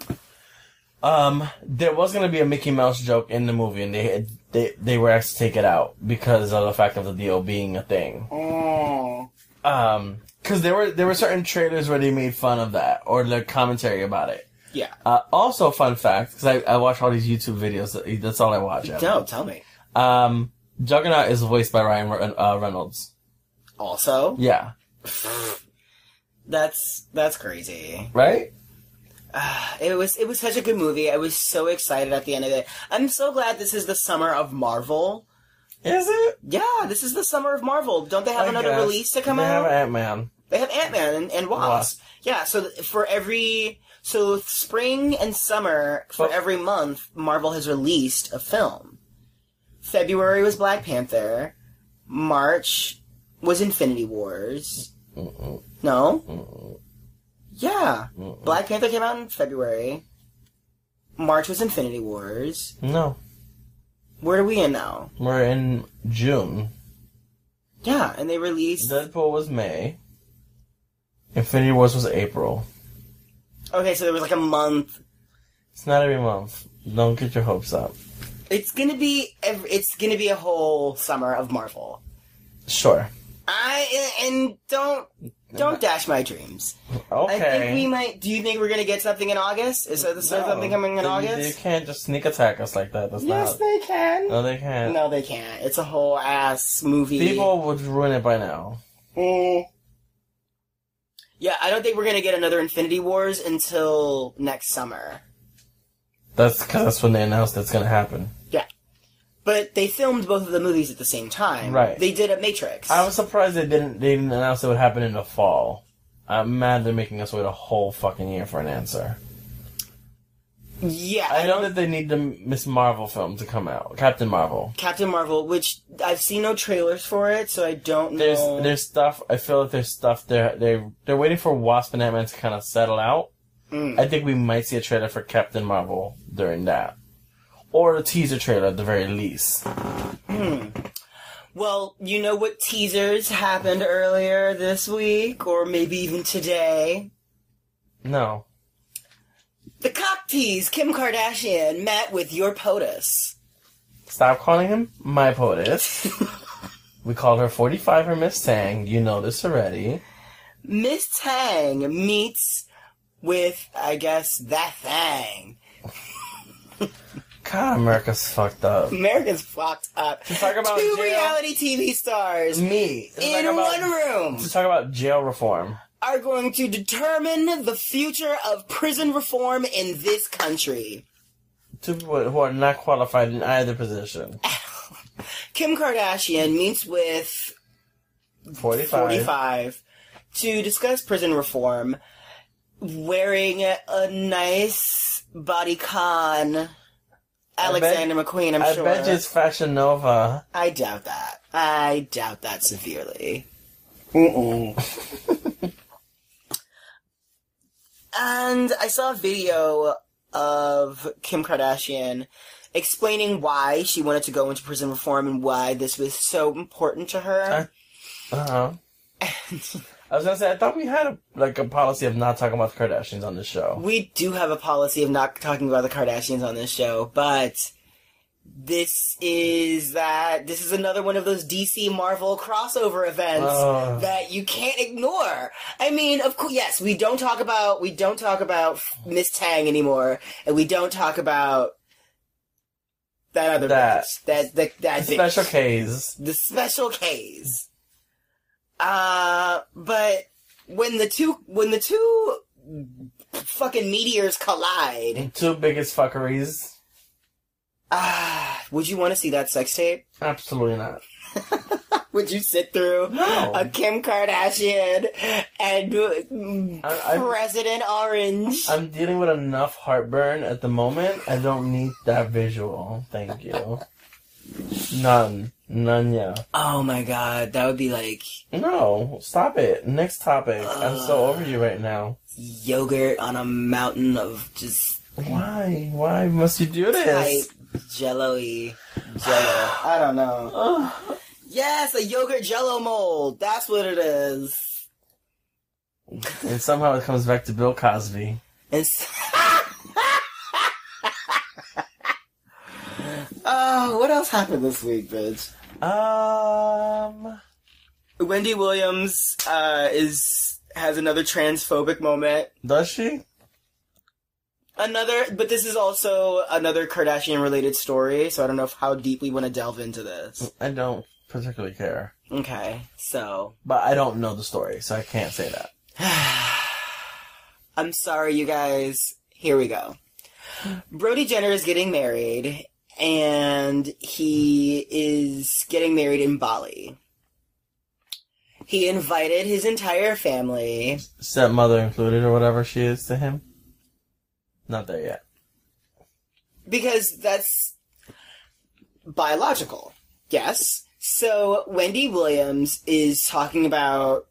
[SPEAKER 2] um, there was gonna be a Mickey Mouse joke in the movie, and they had, they they were asked to take it out because of the fact of the deal being a thing.
[SPEAKER 1] Oh.
[SPEAKER 2] Um, because there were there were certain trailers where they made fun of that or the commentary about it.
[SPEAKER 1] Yeah.
[SPEAKER 2] Uh, also, fun fact because I, I watch all these YouTube videos. that- That's all I watch. Evan.
[SPEAKER 1] No, tell me.
[SPEAKER 2] Um, Juggernaut is voiced by Ryan Re- uh, Reynolds.
[SPEAKER 1] Also,
[SPEAKER 2] Yeah.
[SPEAKER 1] that's that's crazy.
[SPEAKER 2] Right.
[SPEAKER 1] It was it was such a good movie. I was so excited at the end of it. I'm so glad this is the summer of Marvel.
[SPEAKER 2] Is it?
[SPEAKER 1] Yeah, this is the summer of Marvel. Don't they have
[SPEAKER 2] I
[SPEAKER 1] another
[SPEAKER 2] guess.
[SPEAKER 1] release to come
[SPEAKER 2] They
[SPEAKER 1] out?
[SPEAKER 2] have Ant Man.
[SPEAKER 1] they have Ant Man and, and Wasp. Yeah, so th- for every so spring and summer for
[SPEAKER 2] But-
[SPEAKER 1] every month, Marvel has released a film. February was Black Panther. March was Infinity Wars. No. Yeah, Black Panther came out in February. March was Infinity Wars.
[SPEAKER 2] No,
[SPEAKER 1] Where are we in now?
[SPEAKER 2] we're in June.
[SPEAKER 1] Yeah, and they released.
[SPEAKER 2] Deadpool was May. Infinity Wars was April.
[SPEAKER 1] okay, so there was like a month
[SPEAKER 2] It's not every month. Don't get your hopes up.
[SPEAKER 1] It's gonna be ev- it's gonna be a whole summer of Marvel.
[SPEAKER 2] Sure.
[SPEAKER 1] I and don't don't dash my dreams.
[SPEAKER 2] Okay.
[SPEAKER 1] I think we might. Do you think we're gonna get something in August? Is there, is there something coming in
[SPEAKER 2] they, They
[SPEAKER 1] August?
[SPEAKER 2] can't just sneak attack us like that. That's
[SPEAKER 1] yes,
[SPEAKER 2] not.
[SPEAKER 1] they can.
[SPEAKER 2] no, they can't.
[SPEAKER 1] No, they can't. It's a whole ass movie.
[SPEAKER 2] People would ruin it by now.
[SPEAKER 1] Mm. Yeah, I don't think we're gonna get another Infinity Wars until next summer.
[SPEAKER 2] That's because that's when they announced that's gonna happen.
[SPEAKER 1] But they filmed both of the movies at the same time.
[SPEAKER 2] Right.
[SPEAKER 1] They did a Matrix.
[SPEAKER 2] I was surprised they didn't. They didn't announce it would happen in the fall. I'm mad they're making us wait a whole fucking year for an answer.
[SPEAKER 1] yeah,
[SPEAKER 2] I know that they need the Miss Marvel film to come out, Captain Marvel.
[SPEAKER 1] Captain Marvel, which I've seen no trailers for it, so I don't
[SPEAKER 2] There's
[SPEAKER 1] know.
[SPEAKER 2] there's stuff. I feel like there's stuff. They're they they're waiting for Wasp and Ant Man to kind of settle out.
[SPEAKER 1] Mm.
[SPEAKER 2] I think we might see a trailer for Captain Marvel during that, or a teaser trailer at the very least.
[SPEAKER 1] well, you know what teasers happened earlier this week, or maybe even today?
[SPEAKER 2] No,
[SPEAKER 1] The cock tease Kim Kardashian met with your POTUS.
[SPEAKER 2] Stop calling him my POTUS. we called her 45 or Miss Tang. You know this already.
[SPEAKER 1] Miss Tang meets with, I guess, that thing.
[SPEAKER 2] God, America's fucked up.
[SPEAKER 1] Americans fucked up.
[SPEAKER 2] To talk about
[SPEAKER 1] Two
[SPEAKER 2] jail-
[SPEAKER 1] reality TV stars
[SPEAKER 2] Me. To
[SPEAKER 1] in
[SPEAKER 2] talk about-
[SPEAKER 1] one room
[SPEAKER 2] To talk about jail reform.
[SPEAKER 1] are going to determine the future of prison reform in this country.
[SPEAKER 2] Two people who are not qualified in either position.
[SPEAKER 1] Kim Kardashian meets with
[SPEAKER 2] 45.
[SPEAKER 1] 45 to discuss prison reform wearing a nice bodycon Alexander McQueen, I'm
[SPEAKER 2] I
[SPEAKER 1] sure.
[SPEAKER 2] bet you it's Fashion Nova.
[SPEAKER 1] I doubt that. I doubt that severely. Mm-mm. and I saw a video of Kim Kardashian explaining why she wanted to go into prison reform and why this was so important to her.
[SPEAKER 2] Uh huh. I was gonna say I thought we had a, like a policy of not talking about the Kardashians on the show.
[SPEAKER 1] We do have a policy of not talking about the Kardashians on this show, but this is that this is another one of those DC Marvel crossover events
[SPEAKER 2] Ugh.
[SPEAKER 1] that you can't ignore. I mean, of course, yes, we don't talk about we don't talk about Miss Tang anymore, and we don't talk about that other
[SPEAKER 2] That.
[SPEAKER 1] bitch, that that that bitch.
[SPEAKER 2] Special case.
[SPEAKER 1] the special K's. Uh, but when the two when the two fucking meteors collide,
[SPEAKER 2] Two biggest fuckeries.
[SPEAKER 1] ah, would you want to see that sex tape?
[SPEAKER 2] Absolutely not.
[SPEAKER 1] Would you sit through
[SPEAKER 2] No.
[SPEAKER 1] a Kim Kardashian and mm,
[SPEAKER 2] I- I-
[SPEAKER 1] President Orange?
[SPEAKER 2] I'm dealing with enough heartburn at the moment. I don't need that visual. Thank you. None. None, yeah.
[SPEAKER 1] oh my god, that would be like
[SPEAKER 2] No, stop it. Next topic. I'm so over you right now.
[SPEAKER 1] yogurt on a mountain of just
[SPEAKER 2] Why? Why must you do
[SPEAKER 1] tight
[SPEAKER 2] this?
[SPEAKER 1] jello-y jello. I don't know.
[SPEAKER 2] Ugh.
[SPEAKER 1] Yes, a yogurt jello mold. That's what it is.
[SPEAKER 2] and somehow it comes back to Bill Cosby.
[SPEAKER 1] And s- Oh, what else happened this week, bitch?
[SPEAKER 2] Um.
[SPEAKER 1] Wendy Williams uh, is has another transphobic moment.
[SPEAKER 2] Does she?
[SPEAKER 1] Another, but this is also another Kardashian related story, so I don't know if how deep we want to delve into this.
[SPEAKER 2] I don't particularly care.
[SPEAKER 1] Okay, so
[SPEAKER 2] But I don't know the story, so I can't say that.
[SPEAKER 1] I'm sorry, you guys. Here we go. Brody Jenner is getting married, and he is getting married in Bali. He invited his entire family.
[SPEAKER 2] Stepmother included, or whatever she is to him. Not there yet.
[SPEAKER 1] because that's biological. Yes. So Wendy Williams is talking about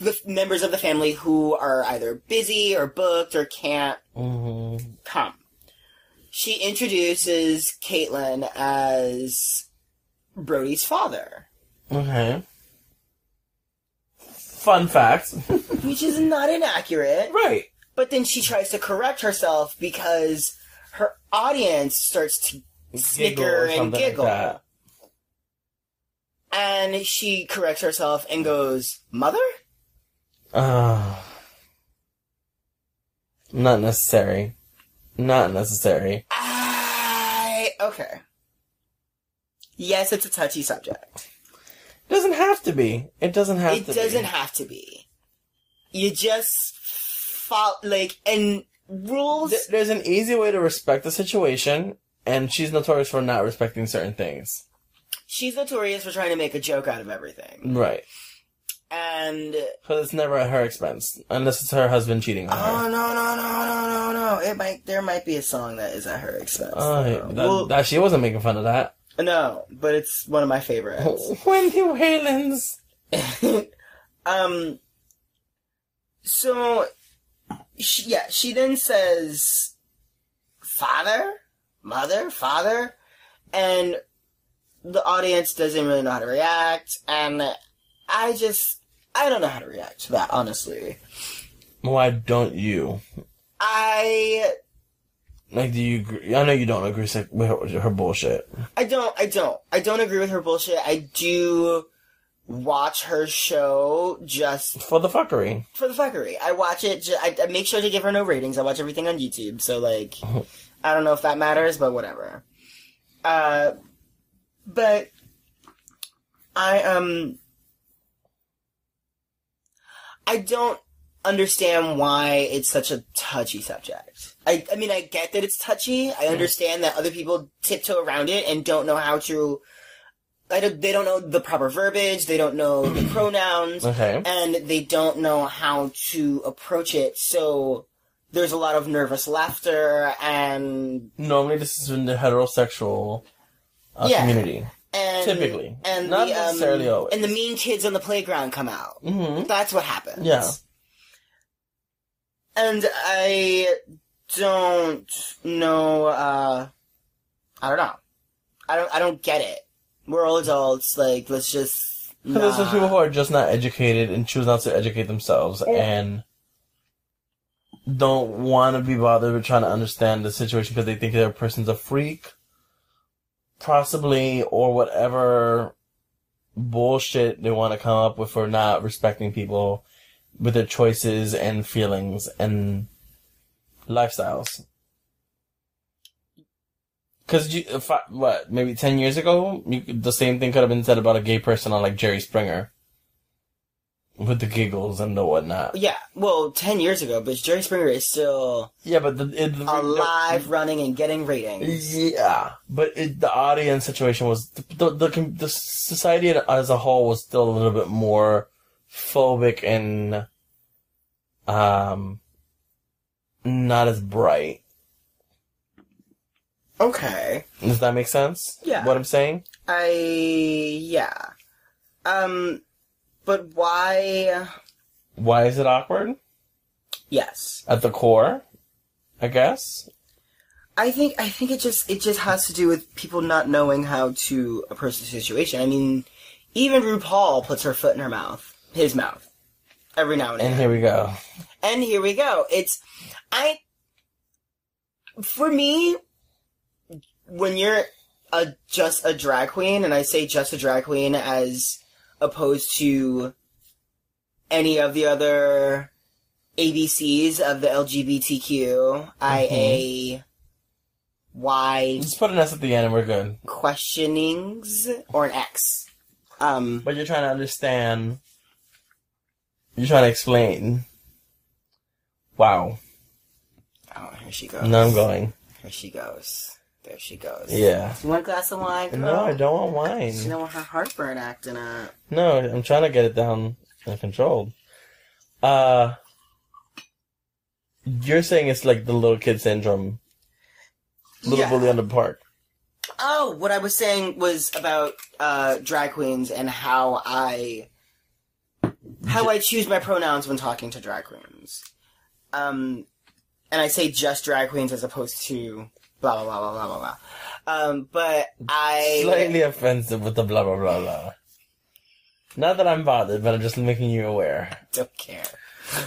[SPEAKER 1] the f- members of the family who are either busy or booked or can't
[SPEAKER 2] hmm
[SPEAKER 1] come. She introduces Caitlin as Brody's father,
[SPEAKER 2] Okay. Fun fact.
[SPEAKER 1] which is not inaccurate.
[SPEAKER 2] right.
[SPEAKER 1] But then she tries to correct herself because her audience starts to snicker and giggle. and she corrects herself and goes, "Mother?
[SPEAKER 2] Uh, not necessary. Not necessary.
[SPEAKER 1] I okay." Yes, it's a touchy subject.
[SPEAKER 2] Doesn't have to be. It doesn't have
[SPEAKER 1] it
[SPEAKER 2] to.
[SPEAKER 1] doesn't
[SPEAKER 2] Be.
[SPEAKER 1] have to be. You just follow like and rules.
[SPEAKER 2] Th- There's an easy way to respect the situation, and she's notorious for not respecting certain things.
[SPEAKER 1] She's notorious for trying to make a joke out of everything,
[SPEAKER 2] Right.
[SPEAKER 1] and
[SPEAKER 2] Because it's never at her expense, unless it's her husband cheating on
[SPEAKER 1] oh
[SPEAKER 2] her.
[SPEAKER 1] no no no no no no! It might there might be a song that is at her expense.
[SPEAKER 2] Oh,
[SPEAKER 1] though.
[SPEAKER 2] that,
[SPEAKER 1] Ah, Well,
[SPEAKER 2] that- she wasn't making fun of that.
[SPEAKER 1] no, but it's one of my favorites.
[SPEAKER 2] Wendy Whalens. Oh.
[SPEAKER 1] um so she, yeah she then says father mother father and the audience doesn't really know how to react and i just i don't know how to react to that honestly
[SPEAKER 2] Why don't you?
[SPEAKER 1] i
[SPEAKER 2] Like, do you agree? I know you don't agree sec- with her, her bullshit.
[SPEAKER 1] I don't. I don't. I don't agree with her bullshit. I do watch her show just
[SPEAKER 2] For the fuckery.
[SPEAKER 1] for the fuckery. I watch it. Ju- I, I make sure to give her no ratings. I watch everything on YouTube. So like, I don't know if that matters, but whatever. Uh, but I um, I don't understand why it's such a touchy subject. I I mean, I get that it's touchy. I understand that other people tiptoe around it and don't know how to. I don't, they don't know the proper verbiage. They don't know the pronouns
[SPEAKER 2] Okay.
[SPEAKER 1] and they don't know how to approach it. So there's a lot of nervous laughter and
[SPEAKER 2] Normally, this is in the heterosexual uh,
[SPEAKER 1] Yeah.
[SPEAKER 2] community.
[SPEAKER 1] and
[SPEAKER 2] Typically.
[SPEAKER 1] and
[SPEAKER 2] Not
[SPEAKER 1] the, um,
[SPEAKER 2] necessarily always.
[SPEAKER 1] and the mean kids on the playground come out.
[SPEAKER 2] Mm-hmm.
[SPEAKER 1] That's what happens.
[SPEAKER 2] Yeah.
[SPEAKER 1] And I don't know. Uh, I don't know. I don't. I don't get it. We're all adults. Like, let's just.
[SPEAKER 2] Because there's
[SPEAKER 1] nah.
[SPEAKER 2] some people who are just not educated and choose not to educate themselves and don't want to be bothered with trying to understand the situation because they think their person's a freak, possibly, or whatever bullshit they want to come up with for not respecting people with their choices and feelings and lifestyles. Because you, if I, what, maybe 10 years ago, you, could- the same thing could have been said about a gay person on like Jerry Springer. With the giggles and the whatnot.
[SPEAKER 1] Yeah. Well, ten years ago, but Jerry Springer is still.
[SPEAKER 2] Yeah, but the, it, the
[SPEAKER 1] alive, running, and getting ratings.
[SPEAKER 2] Yeah, but it, the audience situation was the, the, the com- the society as a whole was still a little bit more phobic and um not as bright.
[SPEAKER 1] Okay.
[SPEAKER 2] Does that make sense?
[SPEAKER 1] Yeah.
[SPEAKER 2] What I'm saying?
[SPEAKER 1] I yeah. Um, but why?
[SPEAKER 2] Why is it awkward
[SPEAKER 1] Yes,
[SPEAKER 2] at the core? I guess.
[SPEAKER 1] I think I think it just it just has to do with people not knowing how to approach the situation. I mean, even RuPaul puts her foot in her mouth, his mouth, every now and then.
[SPEAKER 2] And here we go.
[SPEAKER 1] And here we go. It's I for me when you're a just a drag queen and I say just a drag queen as opposed to any of the other ABCs of the LGBTQ
[SPEAKER 2] Mm-hmm.
[SPEAKER 1] IA Y
[SPEAKER 2] Just put an S at the end and we're good.
[SPEAKER 1] questionings or an X. Um
[SPEAKER 2] But you're trying to understand. You're trying to explain. Wow.
[SPEAKER 1] oh here she goes.
[SPEAKER 2] Now I'm going.
[SPEAKER 1] Here she goes. There she goes.
[SPEAKER 2] Yeah.
[SPEAKER 1] You want a glass of wine?
[SPEAKER 2] No, I
[SPEAKER 1] girl?
[SPEAKER 2] don't want
[SPEAKER 1] You
[SPEAKER 2] wine.
[SPEAKER 1] know her heartburn acting up.
[SPEAKER 2] No, I'm trying to get it down and controlled. Uh, you're saying it's like the little kid syndrome, little
[SPEAKER 1] Yeah.
[SPEAKER 2] bully on the park.
[SPEAKER 1] Oh, what I was saying was about uh, drag queens and how I how I choose my pronouns when talking to drag queens. Um, and I say just drag queens as opposed to blah blah blah blah blah blah. blah. Um, but I
[SPEAKER 2] Slightly offensive with the blah blah blah blah. Not that I'm bothered, but I'm just making you aware.
[SPEAKER 1] don't care.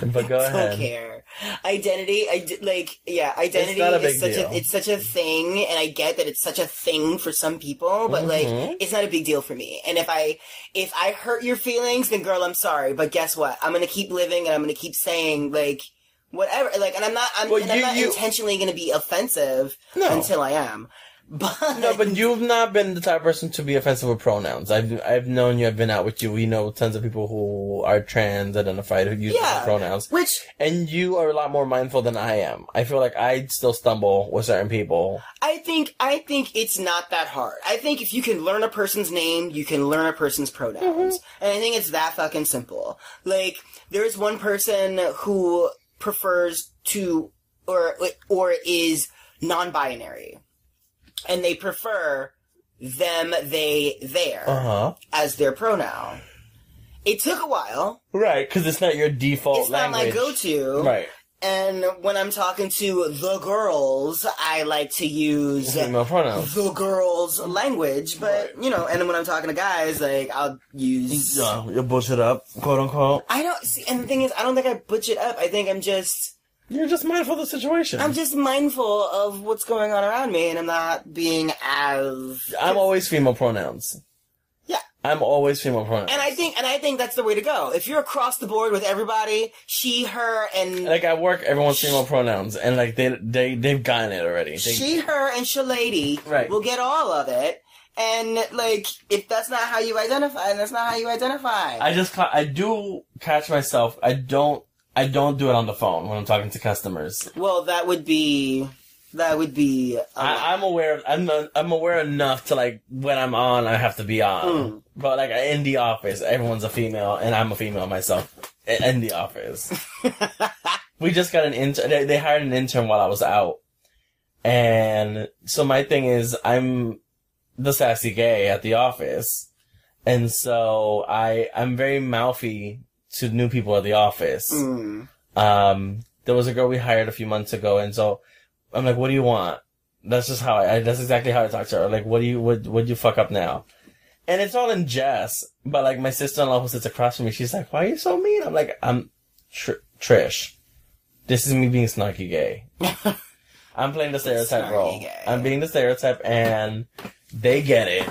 [SPEAKER 2] But go
[SPEAKER 1] don't
[SPEAKER 2] ahead.
[SPEAKER 1] care. Identity, I d- like yeah, identity
[SPEAKER 2] It's not a big
[SPEAKER 1] is such
[SPEAKER 2] deal.
[SPEAKER 1] a it's such a thing, and I get that it's such a thing for some people, but
[SPEAKER 2] Mhm.
[SPEAKER 1] like it's not a big deal for me. And if I if I hurt your feelings, then girl, I'm sorry. But guess what? I'm gonna keep living, and I'm gonna keep saying like whatever. Like, and I'm not I'm,
[SPEAKER 2] Well,
[SPEAKER 1] and
[SPEAKER 2] you-
[SPEAKER 1] I'm not
[SPEAKER 2] you-
[SPEAKER 1] intentionally gonna be offensive
[SPEAKER 2] No.
[SPEAKER 1] until I am. But
[SPEAKER 2] No, but you've not been the type of person to be offensive with pronouns. I've I've known you. I've been out with you. We know tons of people who are trans identified who use
[SPEAKER 1] Yeah.
[SPEAKER 2] different pronouns,
[SPEAKER 1] which
[SPEAKER 2] and you are a lot more mindful than I am. I feel like I still stumble with certain people.
[SPEAKER 1] I think I think it's not that hard. I think if you can learn a person's name, you can learn a person's pronouns.
[SPEAKER 2] Mm-hmm.
[SPEAKER 1] And I think it's that fucking simple. Like there is one person who prefers to or or is non-binary. And they prefer them, they, their
[SPEAKER 2] Uh huh.
[SPEAKER 1] as their pronoun. It took a while.
[SPEAKER 2] Right, because it's not your default
[SPEAKER 1] it's not my
[SPEAKER 2] Oh, language.
[SPEAKER 1] go-to.
[SPEAKER 2] Right.
[SPEAKER 1] And when I'm talking to the girls, I like to use
[SPEAKER 2] Female pronouns.
[SPEAKER 1] the girls' language, but you know, and then when I'm talking to guys, like I'll use.
[SPEAKER 2] Yeah, you bullshit up, quote unquote.
[SPEAKER 1] I don't see, and the thing is, I don't think I butch it up. I think I'm just,
[SPEAKER 2] You're just mindful of the situation.
[SPEAKER 1] I'm just mindful of what's going on around me, and I'm not being as.
[SPEAKER 2] I'm always female pronouns.
[SPEAKER 1] Yeah.
[SPEAKER 2] I'm always female pronouns.
[SPEAKER 1] And I think, and I think that's the way to go. If you're across the board with everybody, she, her, and
[SPEAKER 2] like at work, everyone's female pronouns, and like they they they've gotten it already. They-
[SPEAKER 1] she, her, and she lady
[SPEAKER 2] Right.
[SPEAKER 1] will get all of it. And like, if that's not how you identify, and that's not how you identify.
[SPEAKER 2] I just ca- I do catch myself. I don't I don't do it on the phone when I'm talking to customers.
[SPEAKER 1] well, that would be, that would be. a lot.
[SPEAKER 2] I, I'm aware. I'm not, I'm aware enough to like when I'm on, I have to be on.
[SPEAKER 1] Mm.
[SPEAKER 2] But like in the office, everyone's a female, and I'm a female myself. i- In the office, we just got an intern. They, they hired an intern while I was out, and so my thing is I'm the sassy gay at the office, and so I I'm very mouthy to new people at the office.
[SPEAKER 1] Mm.
[SPEAKER 2] Um, there was a girl we hired a few months ago, and so I'm like, "What do you want?" That's just how I. I- That's exactly how I talk to her. Like, "What do you? What? What you fuck up now?" And it's all in jest, but like my sister-in-law who sits across from me, she's like, "Why are you so mean?" I'm like, "I'm tr- Trish. This is me being snarky gay. I'm playing the stereotype
[SPEAKER 1] Snarky
[SPEAKER 2] role.
[SPEAKER 1] gay.
[SPEAKER 2] I'm being the stereotype, and they get it."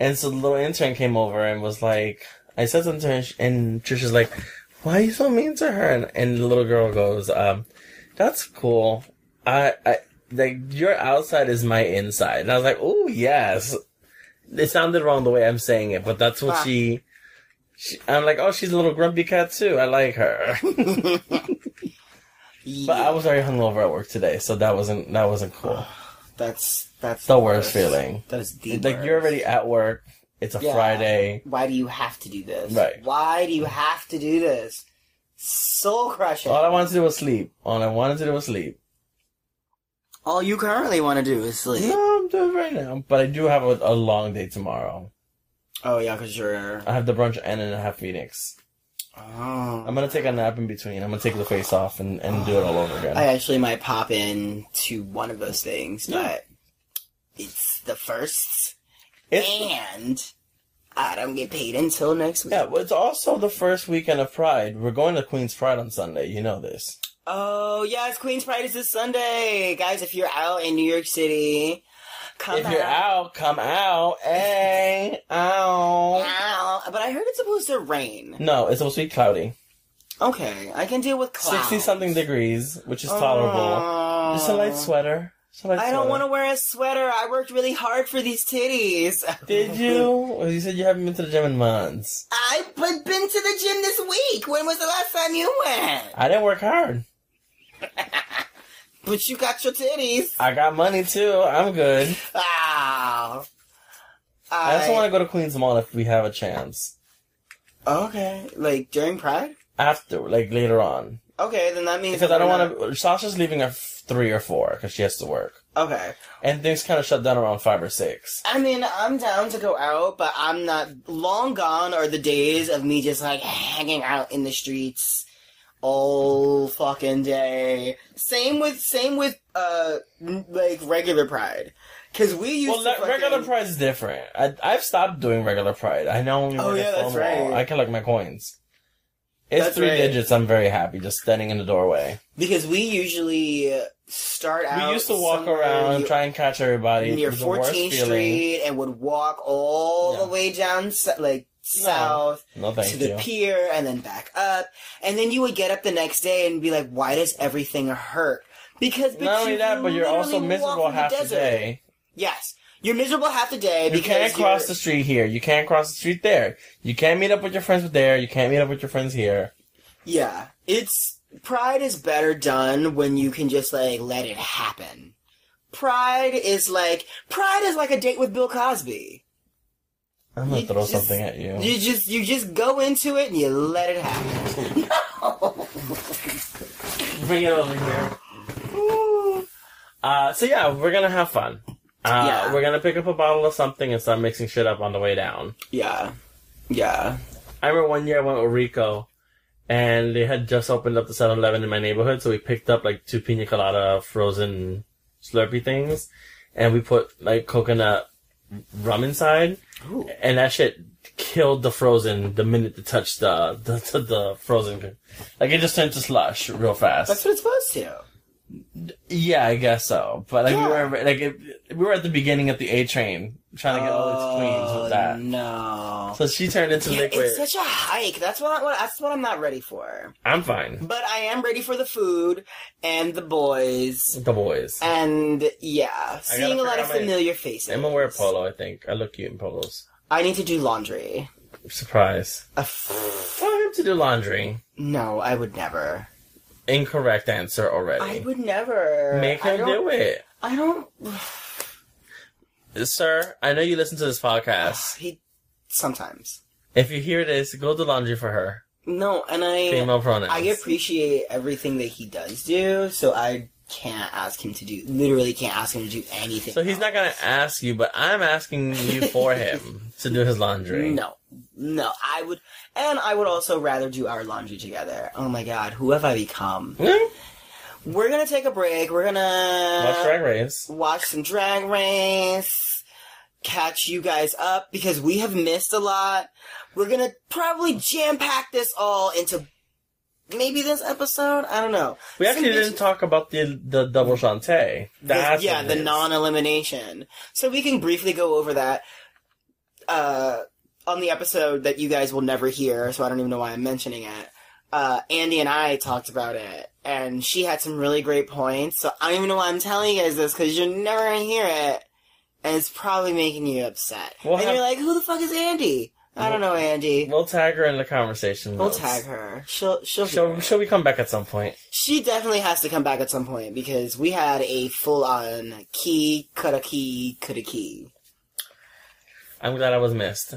[SPEAKER 2] And so the little intern came over and was like, I said something to her, and sh- and Trish is like, "Why are you so mean to her?" And, and the little girl goes, um, "That's cool. I, I, like your outside is my inside." And I was like, "Oh yes." It sounded wrong the way I'm saying it, but that's what
[SPEAKER 1] Ah.
[SPEAKER 2] she, she. I'm like, "Oh, she's a little grumpy cat too. I like her." but
[SPEAKER 1] Yeah,
[SPEAKER 2] I was very hungover at work today, so that wasn't that wasn't cool.
[SPEAKER 1] that's that's
[SPEAKER 2] The worst feeling.
[SPEAKER 1] That is the
[SPEAKER 2] Like you're
[SPEAKER 1] worst.
[SPEAKER 2] already at work. It's a
[SPEAKER 1] Yeah.
[SPEAKER 2] Friday.
[SPEAKER 1] Why do you have to do this?
[SPEAKER 2] Right.
[SPEAKER 1] Why do you have to do this? Soul crushing.
[SPEAKER 2] All I wanted to do was sleep. All I wanted to do was sleep.
[SPEAKER 1] All you currently want to do is sleep.
[SPEAKER 2] No, I'm doing it right now. But I do have a, a long day tomorrow.
[SPEAKER 1] Oh yeah, cause you're.
[SPEAKER 2] I have the brunch and then I have Phoenix.
[SPEAKER 1] Oh.
[SPEAKER 2] I'm gonna take a nap in between. I'm gonna take the face off and, and do it all over again.
[SPEAKER 1] I actually might pop in to one of those things,
[SPEAKER 2] Yeah.
[SPEAKER 1] but it's the first,
[SPEAKER 2] it's,
[SPEAKER 1] and I don't get paid until next week.
[SPEAKER 2] yeah, well, it's also the first weekend of Pride. We're going to Queen's Pride on Sunday. You know this.
[SPEAKER 1] Oh yes, Queen's Pride is this Sunday, guys. If you're out in New York City, come
[SPEAKER 2] if you're out, come out. Hey, ow.
[SPEAKER 1] Ow. But I heard it's supposed to rain.
[SPEAKER 2] No, it's supposed to be cloudy.
[SPEAKER 1] Okay, I can deal with clouds.
[SPEAKER 2] 60 something degrees, which is tolerable.
[SPEAKER 1] Oh.
[SPEAKER 2] Just a light sweater. Just a light
[SPEAKER 1] I don't
[SPEAKER 2] sweater.
[SPEAKER 1] want to wear a sweater. I worked really hard for these titties.
[SPEAKER 2] Did you? Well, you said you haven't been to the gym in months.
[SPEAKER 1] I've been been to the gym this week. When was the last time you went?
[SPEAKER 2] I didn't work hard.
[SPEAKER 1] But you got your titties.
[SPEAKER 2] I got money too. I'm good.
[SPEAKER 1] Wow.
[SPEAKER 2] I also want to go to Queens Mall if we have a chance.
[SPEAKER 1] Okay, like during Pride.
[SPEAKER 2] After, like later on,
[SPEAKER 1] Okay, then that means
[SPEAKER 2] because I don't want to. Sasha's leaving at f- three or four because she has to work,
[SPEAKER 1] to. Okay,
[SPEAKER 2] and things kind of shut down around five or six.
[SPEAKER 1] I mean I'm down to go out, but I'm not. Long gone are the days of me just like hanging out in the streets all fucking day. Same with same with uh n- like regular Pride, because we used
[SPEAKER 2] Well,
[SPEAKER 1] to
[SPEAKER 2] that regular
[SPEAKER 1] fucking-
[SPEAKER 2] pride is different. I, I've stopped doing regular pride. I now only
[SPEAKER 1] Oh,
[SPEAKER 2] work
[SPEAKER 1] yeah,
[SPEAKER 2] at
[SPEAKER 1] that's
[SPEAKER 2] Stonewall.
[SPEAKER 1] right.
[SPEAKER 2] I collect my coins. It's
[SPEAKER 1] That's
[SPEAKER 2] three
[SPEAKER 1] right.
[SPEAKER 2] digits. I'm very happy just standing in the doorway.
[SPEAKER 1] because we usually uh, start out.
[SPEAKER 2] we used to walk
[SPEAKER 1] somewhere
[SPEAKER 2] around and
[SPEAKER 1] you-
[SPEAKER 2] try and catch everybody. It
[SPEAKER 1] near
[SPEAKER 2] was the worst
[SPEAKER 1] 14th
[SPEAKER 2] feeling.
[SPEAKER 1] Street and would walk all
[SPEAKER 2] Yeah.
[SPEAKER 1] the way down s- like
[SPEAKER 2] No,
[SPEAKER 1] south
[SPEAKER 2] No, thank
[SPEAKER 1] to the
[SPEAKER 2] you.
[SPEAKER 1] pier and then back up. And then you would get up the next day and be like, "Why does everything hurt?" Because but
[SPEAKER 2] Not only
[SPEAKER 1] you
[SPEAKER 2] that, but you're
[SPEAKER 1] literally
[SPEAKER 2] also
[SPEAKER 1] walk
[SPEAKER 2] miserable
[SPEAKER 1] in
[SPEAKER 2] half the
[SPEAKER 1] desert.
[SPEAKER 2] day.
[SPEAKER 1] Yes, you're miserable half the day
[SPEAKER 2] You
[SPEAKER 1] because
[SPEAKER 2] can't cross
[SPEAKER 1] you're-
[SPEAKER 2] the street here. You can't cross the street there. You can't meet up with your friends there. You can't meet up with your friends here.
[SPEAKER 1] Yeah, it's pride is better done when you can just like let it happen. Pride is like pride is like a date with Bill Cosby.
[SPEAKER 2] I'm gonna
[SPEAKER 1] You
[SPEAKER 2] throw
[SPEAKER 1] just-
[SPEAKER 2] something at you.
[SPEAKER 1] You just you just go into it and you let it happen. No.
[SPEAKER 2] Bring it over here. Uh, so yeah, we're gonna have fun. Uh,
[SPEAKER 1] Yeah.
[SPEAKER 2] We're gonna pick up a bottle of something and start mixing shit up on the way down.
[SPEAKER 1] Yeah. Yeah.
[SPEAKER 2] I remember one year I went with Rico, and they had just opened up the 7-Eleven in my neighborhood, so we picked up like two pina colada frozen Slurpee things, and we put like coconut rum inside,
[SPEAKER 1] Ooh.
[SPEAKER 2] and that shit killed the frozen the minute it touched the the, the, the frozen. Like it just turned to slush real fast.
[SPEAKER 1] That's what it's supposed to.
[SPEAKER 2] yeah, I guess so. But like
[SPEAKER 1] Yeah.
[SPEAKER 2] we were like it, we were at the beginning of the A train trying to get all these queens
[SPEAKER 1] Oh,
[SPEAKER 2] with that.
[SPEAKER 1] No.
[SPEAKER 2] So she turned into
[SPEAKER 1] Yeah,
[SPEAKER 2] liquid.
[SPEAKER 1] it's such a hike. That's what, I, that's what I'm not ready for.
[SPEAKER 2] I'm fine.
[SPEAKER 1] But I am ready for the food and the boys.
[SPEAKER 2] The boys.
[SPEAKER 1] And yeah, seeing a lot
[SPEAKER 2] figure
[SPEAKER 1] of
[SPEAKER 2] out my-
[SPEAKER 1] familiar faces.
[SPEAKER 2] I'm gonna wear a polo. I think I look cute in polos.
[SPEAKER 1] I need to do laundry.
[SPEAKER 2] Surprise.
[SPEAKER 1] A f-
[SPEAKER 2] Tell him to do laundry.
[SPEAKER 1] no, I would never.
[SPEAKER 2] Incorrect answer already.
[SPEAKER 1] I would never.
[SPEAKER 2] Make
[SPEAKER 1] I
[SPEAKER 2] him
[SPEAKER 1] don't-
[SPEAKER 2] do it.
[SPEAKER 1] I don't.
[SPEAKER 2] Sir, I know you listen to this podcast.
[SPEAKER 1] He sometimes.
[SPEAKER 2] If you hear this, go do laundry for her.
[SPEAKER 1] No, and I.
[SPEAKER 2] Female pronouns.
[SPEAKER 1] I appreciate everything that he does do, so I can't ask him to do. Literally, can't ask him to do anything.
[SPEAKER 2] so he's not gonna ask you, but I'm asking you for him to do his laundry.
[SPEAKER 1] No, no, I would, and I would also rather do our laundry together. Oh my god, who have I become?
[SPEAKER 2] Hmm?
[SPEAKER 1] We're gonna take a break. We're gonna
[SPEAKER 2] Watch Drag Race.
[SPEAKER 1] watch some drag race catch you guys up because we have missed a lot we're gonna probably jam pack this all into maybe this episode i don't know
[SPEAKER 2] We actually
[SPEAKER 1] Some bitch-
[SPEAKER 2] didn't talk about the the double chante. That's
[SPEAKER 1] yeah
[SPEAKER 2] what it
[SPEAKER 1] the
[SPEAKER 2] is.
[SPEAKER 1] non-elimination so we can briefly go over that uh on the episode that you guys will never hear so i don't even know why i'm mentioning it uh, Andy and I talked about it, and she had some really great points. So I don't even know why I'm telling you guys this because you're never gonna hear it, and it's probably making you upset.
[SPEAKER 2] We'll
[SPEAKER 1] and
[SPEAKER 2] have-
[SPEAKER 1] you're like, "Who the fuck is Andy? I don't know Andy."
[SPEAKER 2] We'll tag her in the conversation.
[SPEAKER 1] We'll
[SPEAKER 2] notes.
[SPEAKER 1] tag her. She'll she'll,
[SPEAKER 2] She'll, she'll we come back at some point?
[SPEAKER 1] she definitely has to come back at some point because we had a full on key cut a key cut a key.
[SPEAKER 2] I'm glad I was missed.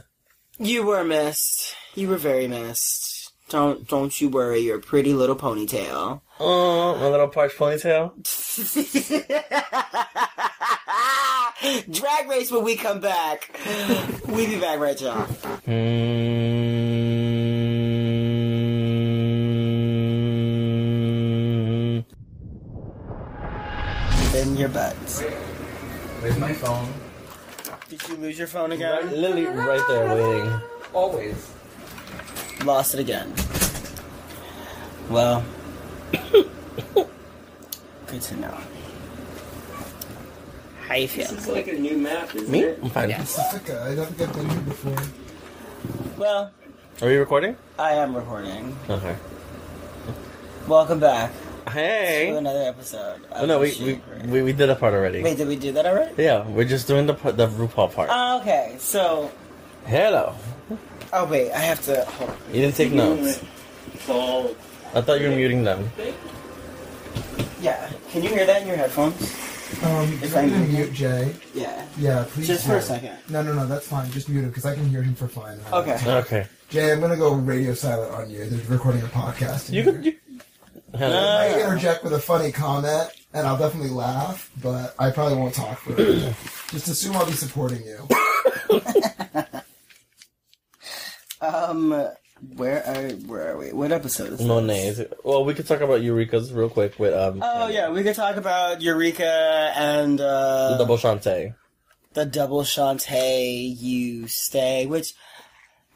[SPEAKER 1] You were missed. You were very missed. Don't don't you worry your pretty little ponytail.
[SPEAKER 2] Oh, my little parched ponytail.
[SPEAKER 1] Drag race when we come back. We be back right, y'all.
[SPEAKER 2] Hmm. Mm.
[SPEAKER 1] In your butts.
[SPEAKER 3] Where's my phone?
[SPEAKER 1] Did you lose your phone
[SPEAKER 2] Right-
[SPEAKER 1] again?
[SPEAKER 2] Literally right there waiting.
[SPEAKER 3] Always.
[SPEAKER 1] Lost it again. Well, good to know. How you feel?
[SPEAKER 4] It's like a new map, isn't
[SPEAKER 2] Me?
[SPEAKER 4] it?
[SPEAKER 2] Hmm? I'm fine.
[SPEAKER 1] Yes.
[SPEAKER 3] Okay, I don't think I've done it before.
[SPEAKER 1] Well,
[SPEAKER 2] Are you recording?
[SPEAKER 1] I am recording.
[SPEAKER 2] Okay.
[SPEAKER 1] Welcome back to
[SPEAKER 2] Hey.
[SPEAKER 1] another episode. of
[SPEAKER 2] Oh, no,
[SPEAKER 1] The
[SPEAKER 2] we, we,
[SPEAKER 1] Shaper.
[SPEAKER 2] we, we did a part already.
[SPEAKER 1] Wait, did we do that already?
[SPEAKER 2] Yeah, we're just doing the part- the RuPaul part.
[SPEAKER 1] Oh, okay, so.
[SPEAKER 2] Hello.
[SPEAKER 1] Oh, wait, I have to. Hold on.
[SPEAKER 2] You didn't take notes.
[SPEAKER 4] It's all
[SPEAKER 2] I thought you were muting them.
[SPEAKER 1] Yeah. Can you hear that in your headphones?
[SPEAKER 3] Um,
[SPEAKER 1] If
[SPEAKER 3] if I'm
[SPEAKER 1] I
[SPEAKER 3] gonna
[SPEAKER 1] can-
[SPEAKER 3] mute Jay,
[SPEAKER 1] Yeah.
[SPEAKER 3] yeah, please.
[SPEAKER 1] Just for a
[SPEAKER 3] mute.
[SPEAKER 1] second.
[SPEAKER 3] No, no, no, that's fine. Just mute him because I can hear him for fine.
[SPEAKER 1] Okay.
[SPEAKER 2] Okay.
[SPEAKER 3] Jay, I'm gonna go radio silent on you. They're recording a podcast. in
[SPEAKER 2] You
[SPEAKER 3] here.
[SPEAKER 2] could. You... Hello.
[SPEAKER 1] No.
[SPEAKER 3] I interject with a funny comment, and I'll definitely laugh, but I probably won't talk for it. Just assume I'll be supporting you.
[SPEAKER 1] Um, where are where are we? What episode is
[SPEAKER 2] Monet. is it- Well, we could talk about Eureka's real quick with um.
[SPEAKER 1] Oh yeah, we could talk about Eureka and uh,
[SPEAKER 2] the double Shantae.
[SPEAKER 1] the double Shantae. You stay, which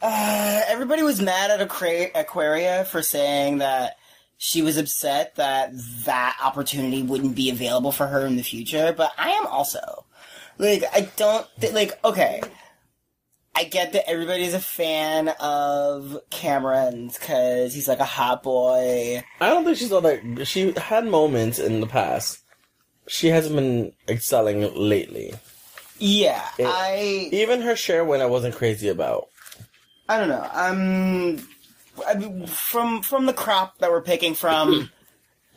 [SPEAKER 1] uh, everybody was mad at Aqua- Aquaria for saying that she was upset that that opportunity wouldn't be available for her in the future. But I am also like I don't thi- like okay. I get that everybody's a fan of Cameron's because he's like a hot boy.
[SPEAKER 2] I don't think she's all that. She had moments in the past. She hasn't been excelling lately.
[SPEAKER 1] Yeah, I
[SPEAKER 2] Even her share win, I wasn't crazy about.
[SPEAKER 1] I don't know. Um, I mean, from from the crop that we're picking from,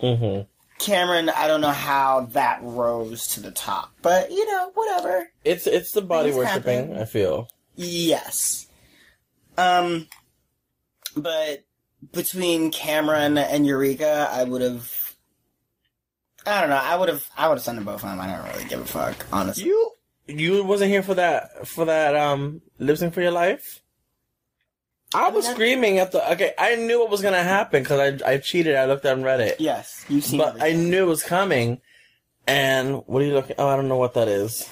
[SPEAKER 2] hmm
[SPEAKER 1] Cameron, I don't know how that rose to the top, but you know, whatever.
[SPEAKER 2] It's it's the body
[SPEAKER 1] Things
[SPEAKER 2] worshipping.
[SPEAKER 1] happen.
[SPEAKER 2] I feel.
[SPEAKER 1] Yes. Um, but between Cameron and Eureka, I would have. I don't know. I would have. I would have sent them both home. I don't really give a fuck, honestly.
[SPEAKER 2] You you wasn't here for that for that um lip sync for your life. I was
[SPEAKER 1] not-
[SPEAKER 2] screaming at the okay. I knew what was gonna happen because I I cheated. I looked on Reddit,
[SPEAKER 1] yes, you've seen.
[SPEAKER 2] but I
[SPEAKER 1] everything.
[SPEAKER 2] knew it was coming. And what are you looking? Oh, I don't know what that is.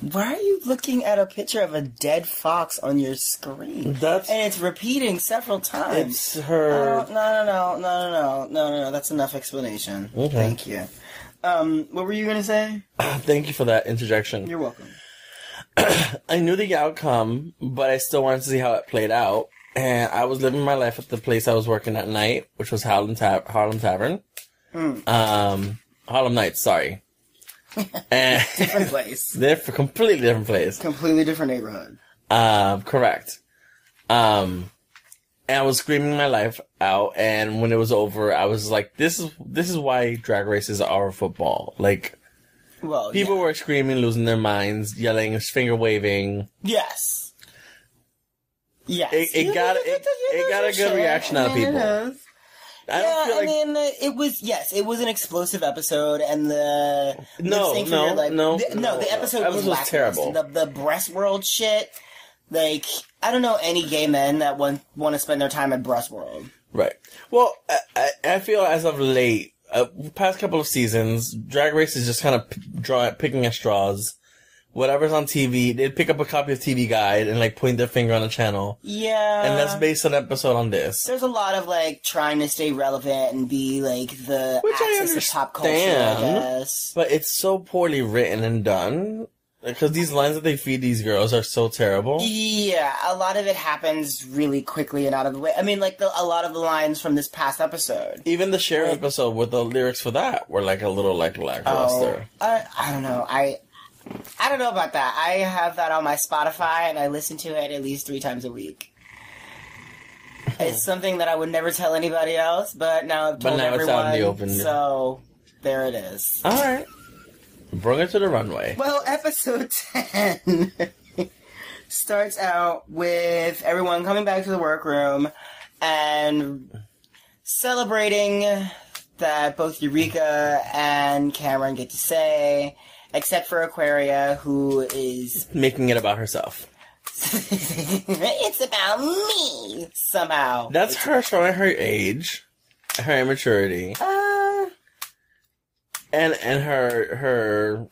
[SPEAKER 1] Why are you looking at a picture of a dead fox on your screen?
[SPEAKER 2] That's
[SPEAKER 1] And it's repeating several times.
[SPEAKER 2] it's
[SPEAKER 1] No, no,
[SPEAKER 2] her.
[SPEAKER 1] no, no, no, no, no, no, no. That's enough explanation.
[SPEAKER 2] Okay.
[SPEAKER 1] Thank you. Um, what were you gonna say?
[SPEAKER 2] Thank you for that interjection.
[SPEAKER 1] You're welcome.
[SPEAKER 2] I knew the outcome, but I still wanted to see how it played out. And I was living my life at the place I was working at night, which was Harlem, Ta- Harlem Tavern.
[SPEAKER 1] Hmm.
[SPEAKER 2] Um, Harlem Nights, sorry. and
[SPEAKER 1] Different place,
[SPEAKER 2] they're a completely different place.
[SPEAKER 1] completely different neighborhood.
[SPEAKER 2] Um, correct. Um, and I was screaming my life out. And when it was over, I was like, "This is this is why drag races are football." Like
[SPEAKER 1] Well,
[SPEAKER 2] people
[SPEAKER 1] yeah.
[SPEAKER 2] were screaming, losing their minds, yelling, finger waving.
[SPEAKER 1] yes, yes.
[SPEAKER 2] It- it got- it- it got a good reaction out of
[SPEAKER 1] I mean, it
[SPEAKER 2] people.
[SPEAKER 1] is.
[SPEAKER 2] I
[SPEAKER 1] yeah,
[SPEAKER 2] don't feel
[SPEAKER 1] I
[SPEAKER 2] like
[SPEAKER 1] mean, uh, it was yes, it was an explosive episode, and the
[SPEAKER 2] No,
[SPEAKER 1] lip sync for
[SPEAKER 2] no,
[SPEAKER 1] your life-
[SPEAKER 2] no,
[SPEAKER 1] the,
[SPEAKER 2] no,
[SPEAKER 1] no, the episode
[SPEAKER 2] that
[SPEAKER 1] was,
[SPEAKER 2] was
[SPEAKER 1] lackluster.
[SPEAKER 2] terrible.
[SPEAKER 1] The, the breast world shit, like I don't know any gay men that want want to spend their time at breast world.
[SPEAKER 2] Right. Well, I, I, I feel as of late, uh, past couple of seasons, Drag Race is just kind of p- draw, picking at straws. Whatever's on TV, they'd pick up a copy of TV Guide and like point their finger on a channel,
[SPEAKER 1] Yeah,
[SPEAKER 2] and let's base an episode on this.
[SPEAKER 1] there's a lot of like trying to stay relevant and be like the
[SPEAKER 2] Which I
[SPEAKER 1] axis of pop culture. I
[SPEAKER 2] understand.
[SPEAKER 1] guess.
[SPEAKER 2] But it's so poorly written and done because these lines that they feed these girls are so terrible.
[SPEAKER 1] Yeah, a lot of it happens really quickly and out of the way. I mean, like the, a lot of the lines from this past episode.
[SPEAKER 2] Even the share episode with the lyrics for that were like a little like lackluster.
[SPEAKER 1] Oh, I, I don't know. I I don't know about that. I have that on my Spotify and I listen to it at least three times a week. It's something that I would never tell anybody else, but now I've
[SPEAKER 2] Hmm. But
[SPEAKER 1] told
[SPEAKER 2] now it's
[SPEAKER 1] everyone.
[SPEAKER 2] out in the open.
[SPEAKER 1] So there it is.
[SPEAKER 2] All right, bring her to the runway.
[SPEAKER 1] Well, episode 10 starts out with everyone coming back to the workroom and celebrating that both Eureka and Cameron get to say, except for Aquaria, who is.
[SPEAKER 2] Making it about herself.
[SPEAKER 1] it's about me! Somehow.
[SPEAKER 2] That's her showing her age, her immaturity,
[SPEAKER 1] Uh,
[SPEAKER 2] and and her her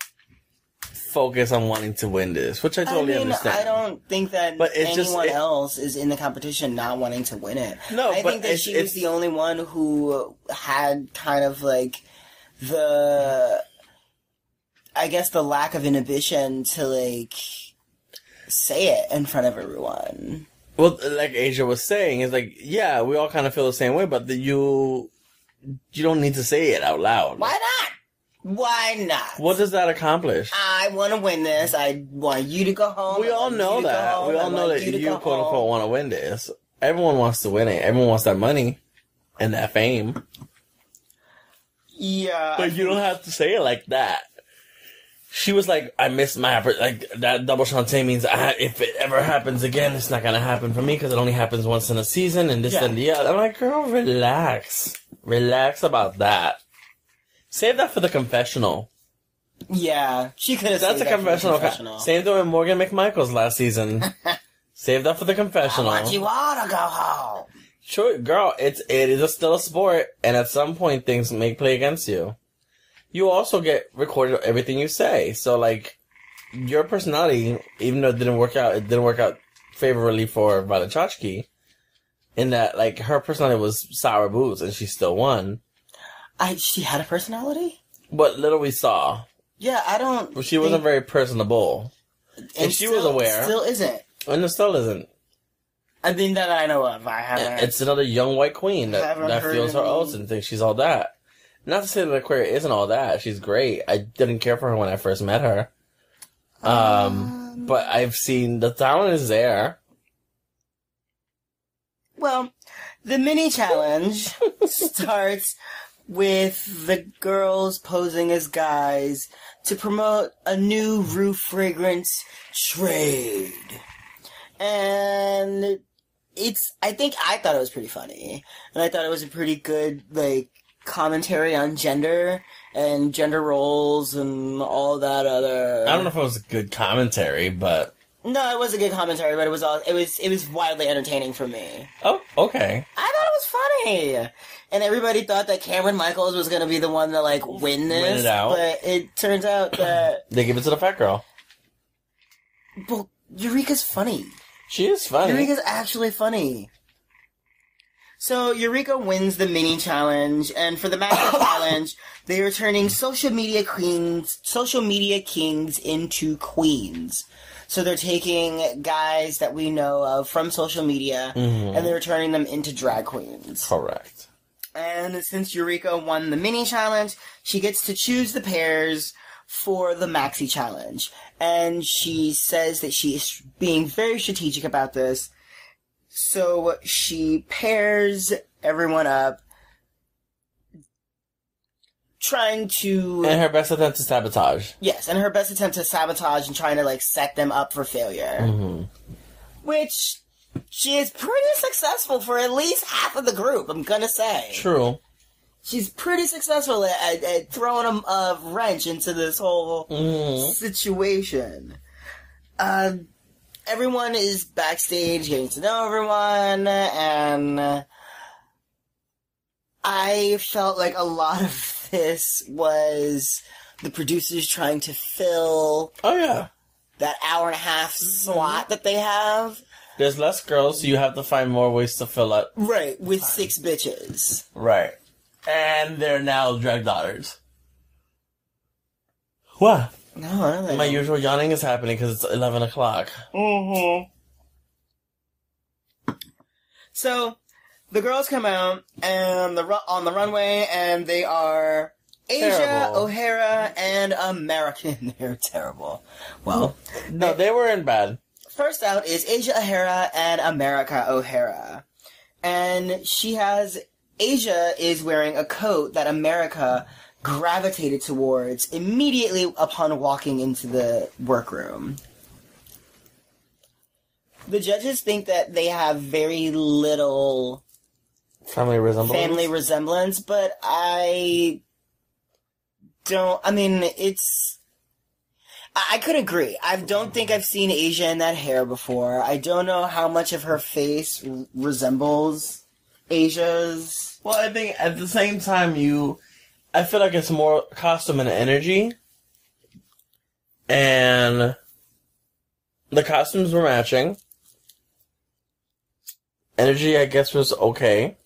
[SPEAKER 2] focus on wanting to win this, which I totally
[SPEAKER 1] I mean,
[SPEAKER 2] understand.
[SPEAKER 1] I don't think that
[SPEAKER 2] But it's just-
[SPEAKER 1] anyone
[SPEAKER 2] it-
[SPEAKER 1] else is in the competition not wanting to win it.
[SPEAKER 2] No,
[SPEAKER 1] I
[SPEAKER 2] but
[SPEAKER 1] think that
[SPEAKER 2] it's-
[SPEAKER 1] she was
[SPEAKER 2] it's-
[SPEAKER 1] the only one who had kind of like the, I guess, the lack of inhibition to like say it in front of everyone.
[SPEAKER 2] Well, like Asia was saying, it's like yeah, we all kind of feel the same way, but the, you you don't need to say it out loud.
[SPEAKER 1] Why not? Why not?
[SPEAKER 2] What does that accomplish?
[SPEAKER 1] I want to win this. I want you to go home.
[SPEAKER 2] we
[SPEAKER 1] I
[SPEAKER 2] all
[SPEAKER 1] want you
[SPEAKER 2] know
[SPEAKER 1] to go
[SPEAKER 2] that.
[SPEAKER 1] home.
[SPEAKER 2] We
[SPEAKER 1] I
[SPEAKER 2] all know
[SPEAKER 1] want
[SPEAKER 2] that
[SPEAKER 1] you to
[SPEAKER 2] you
[SPEAKER 1] go
[SPEAKER 2] quote unquote
[SPEAKER 1] home.
[SPEAKER 2] want to win this. Everyone wants to win it. Everyone wants that money and that fame.
[SPEAKER 1] Yeah.
[SPEAKER 2] But you don't have to say it like that. She was like, "I missed my oppor- like that double chanté means I, if it ever happens again, it's not gonna happen for me because it only happens once in a season and this
[SPEAKER 1] Yeah.
[SPEAKER 2] and the other." I'm like, "Girl, relax, relax about that. Save that for the confessional.
[SPEAKER 1] Yeah. She could have.
[SPEAKER 2] That's a
[SPEAKER 1] saved that for the
[SPEAKER 2] confessional.
[SPEAKER 1] confessional.
[SPEAKER 2] Same thing with Morgan McMichael's last season. Save that for the confessional.
[SPEAKER 1] I want you all to go home.
[SPEAKER 2] Sure, girl, it's it is a, still a sport, and at some point things may play against you. You also get recorded everything you say, so like your personality, even though it didn't work out, it didn't work out favorably for Valichachki, in that like her personality was sour boots, and she still won.
[SPEAKER 1] I she had a personality.
[SPEAKER 2] But little we saw,
[SPEAKER 1] Yeah, I don't.
[SPEAKER 2] she wasn't
[SPEAKER 1] think-
[SPEAKER 2] very personable, and she was
[SPEAKER 1] still-
[SPEAKER 2] aware.
[SPEAKER 1] Still isn't.
[SPEAKER 2] and it still isn't.
[SPEAKER 1] I mean that I know of. I haven't.
[SPEAKER 2] It's another young white queen that,
[SPEAKER 1] Haven't
[SPEAKER 2] that
[SPEAKER 1] heard
[SPEAKER 2] feels her
[SPEAKER 1] any-
[SPEAKER 2] oats and thinks she's all that. Not to say that Aquaria isn't all that. She's great. I didn't care for her when I first met her. Um, but I've seen the talent is there.
[SPEAKER 1] well, the mini challenge starts with the girls posing as guys to promote a new roof fragrance trade, and it's. I think I thought it was pretty funny, and I thought it was a pretty good like commentary on gender and gender roles and all that other.
[SPEAKER 2] I don't know if it was a good commentary, but
[SPEAKER 1] No, it was a good commentary, but it was all it was it was wildly entertaining for me.
[SPEAKER 2] oh, okay.
[SPEAKER 1] I thought it was funny, and everybody thought that Cameron Michaels was gonna be the one to like win this,
[SPEAKER 2] Win it out.
[SPEAKER 1] but it turns out that
[SPEAKER 2] They give it to the fat girl.
[SPEAKER 1] Well, Eureka's funny.
[SPEAKER 2] She is funny.
[SPEAKER 1] Eureka's actually funny. So Eureka wins the mini challenge, and for the master challenge, they are turning social media queens, social media kings into queens. So they're taking guys that we know of from social media,
[SPEAKER 2] Mm-hmm.
[SPEAKER 1] and they're turning them into drag queens.
[SPEAKER 2] Correct.
[SPEAKER 1] And since Eureka won the mini challenge, she gets to choose the pairs for the maxi challenge. And she says that she is being very strategic about this. So she pairs everyone up, trying to.
[SPEAKER 2] And her best attempt to sabotage.
[SPEAKER 1] Yes, and her best attempt to sabotage and trying to like set them up for failure.
[SPEAKER 2] Mm-hmm.
[SPEAKER 1] Which she is pretty successful for at least half of the group, I'm gonna say.
[SPEAKER 2] True.
[SPEAKER 1] She's pretty successful at, at, at throwing a, a wrench into this whole
[SPEAKER 2] Mm.
[SPEAKER 1] Mm-hmm. situation. Um, everyone is backstage getting to know everyone, and I felt like a lot of this was the producers trying to fill
[SPEAKER 2] Oh yeah.
[SPEAKER 1] that hour and a half slot that they have.
[SPEAKER 2] There's less girls, so you have to find more ways to fill up.
[SPEAKER 1] Right, with six bitches.
[SPEAKER 2] Right. And they're now drag daughters. What?
[SPEAKER 1] No, I don't
[SPEAKER 2] My
[SPEAKER 1] think.
[SPEAKER 2] usual yawning is happening because it's eleven o'clock.
[SPEAKER 1] Mm-hmm. So the girls come out and the ru- on the runway, and they are Asia
[SPEAKER 2] Terrible.
[SPEAKER 1] O'Hara and American. They're terrible. Well,
[SPEAKER 2] No, they were in bed.
[SPEAKER 1] first out is Asia O'Hara and America O'Hara, and she has Asia is wearing a coat that America gravitated towards immediately upon walking into the workroom. The judges think that they have very little
[SPEAKER 2] Family resemblance.
[SPEAKER 1] family resemblance, but I don't. I mean, it's. I I could agree. I don't think I've seen Asia in that hair before. I don't know how much of her face r- resembles Asia's.
[SPEAKER 2] Well, I think at the same time, you, I feel like it's more costume and energy, and the costumes were matching. Energy, I guess, was okay.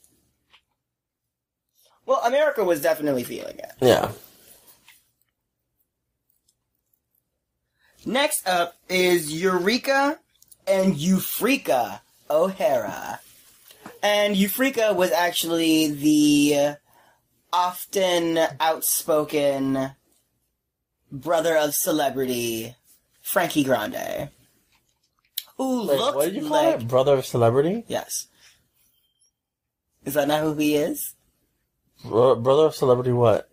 [SPEAKER 1] Well, America was definitely feeling it.
[SPEAKER 2] Yeah,
[SPEAKER 1] Next up is Eureka and Eufrika O'Hara. And Eufrika was actually the often outspoken brother of celebrity Frankie Grande. Who looked
[SPEAKER 2] what did you call
[SPEAKER 1] like
[SPEAKER 2] it? Brother of celebrity,
[SPEAKER 1] Yes. Is that not who he is?
[SPEAKER 2] Bro- brother of celebrity. What?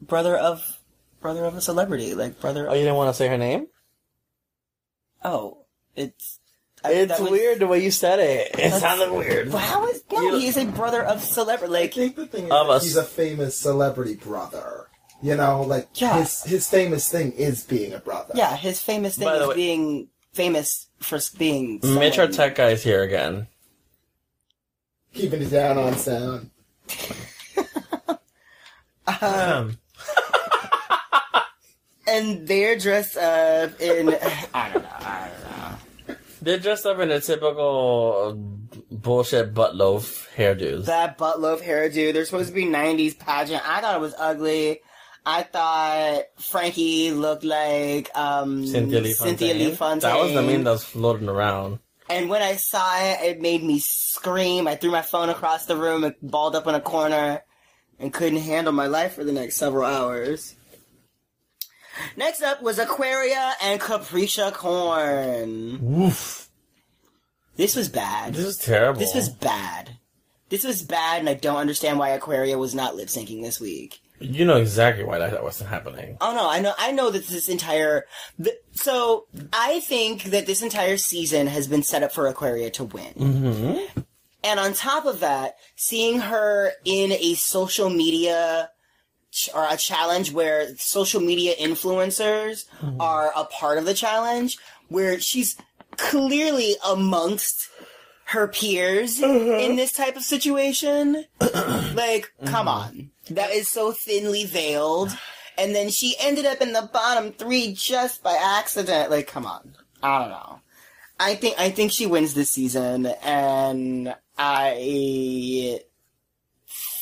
[SPEAKER 1] Brother of brother of a celebrity, like brother
[SPEAKER 2] Oh, you didn't want to say her name.
[SPEAKER 1] Oh, it's I-
[SPEAKER 2] It's
[SPEAKER 1] that was-
[SPEAKER 2] weird the way you said it. It sounded weird.
[SPEAKER 1] Well, How is no?
[SPEAKER 2] You-
[SPEAKER 1] he is a brother of celebrity.
[SPEAKER 3] I
[SPEAKER 1] Like
[SPEAKER 3] think the thing is,
[SPEAKER 2] Of
[SPEAKER 3] like,
[SPEAKER 2] us.
[SPEAKER 3] he's a famous celebrity brother. You know, like
[SPEAKER 1] Yeah.
[SPEAKER 3] his his famous thing is being a brother.
[SPEAKER 1] yeah, his famous thing
[SPEAKER 2] By the
[SPEAKER 1] is
[SPEAKER 2] way-
[SPEAKER 1] being famous for s- being.
[SPEAKER 2] Mitch
[SPEAKER 1] someone.
[SPEAKER 2] Arteta is here again.
[SPEAKER 3] keeping it down on sound.
[SPEAKER 2] Um,
[SPEAKER 1] and they're dressed up in. I don't know.
[SPEAKER 2] They're dressed up in a typical bullshit butt loaf hairdos.
[SPEAKER 1] That butt loaf hairdo. They're supposed to be '90s pageant. I thought it was ugly. I thought Frankie looked like um,
[SPEAKER 2] Cynthia Lee Fontaine.
[SPEAKER 1] Cynthia Lee
[SPEAKER 2] That was the
[SPEAKER 1] Fontaine.
[SPEAKER 2] meme that was floating around.
[SPEAKER 1] And when I saw it, it made me scream. I threw my phone across the room and balled up in a corner and couldn't handle my life for the next several hours. Next up was Aquaria and Capricia Corn.
[SPEAKER 2] Woof.
[SPEAKER 1] This was bad.
[SPEAKER 2] This is terrible.
[SPEAKER 1] This was bad. This was bad, and I don't understand why Aquaria was not lip syncing this week.
[SPEAKER 2] You know exactly why that wasn't happening.
[SPEAKER 1] Oh no, I know, I know that this entire. Th- so I think that this entire season has been set up for Aquaria to win.
[SPEAKER 2] Mm-hmm.
[SPEAKER 1] And on top of that, seeing her in a social media ch- or a challenge where social media influencers are a part of the challenge, where she's clearly amongst her peers in this type of situation. like, come on. That is so thinly veiled. And then she ended up in the bottom three just by accident. Like, come on. I don't know. I think I think she wins this season, and I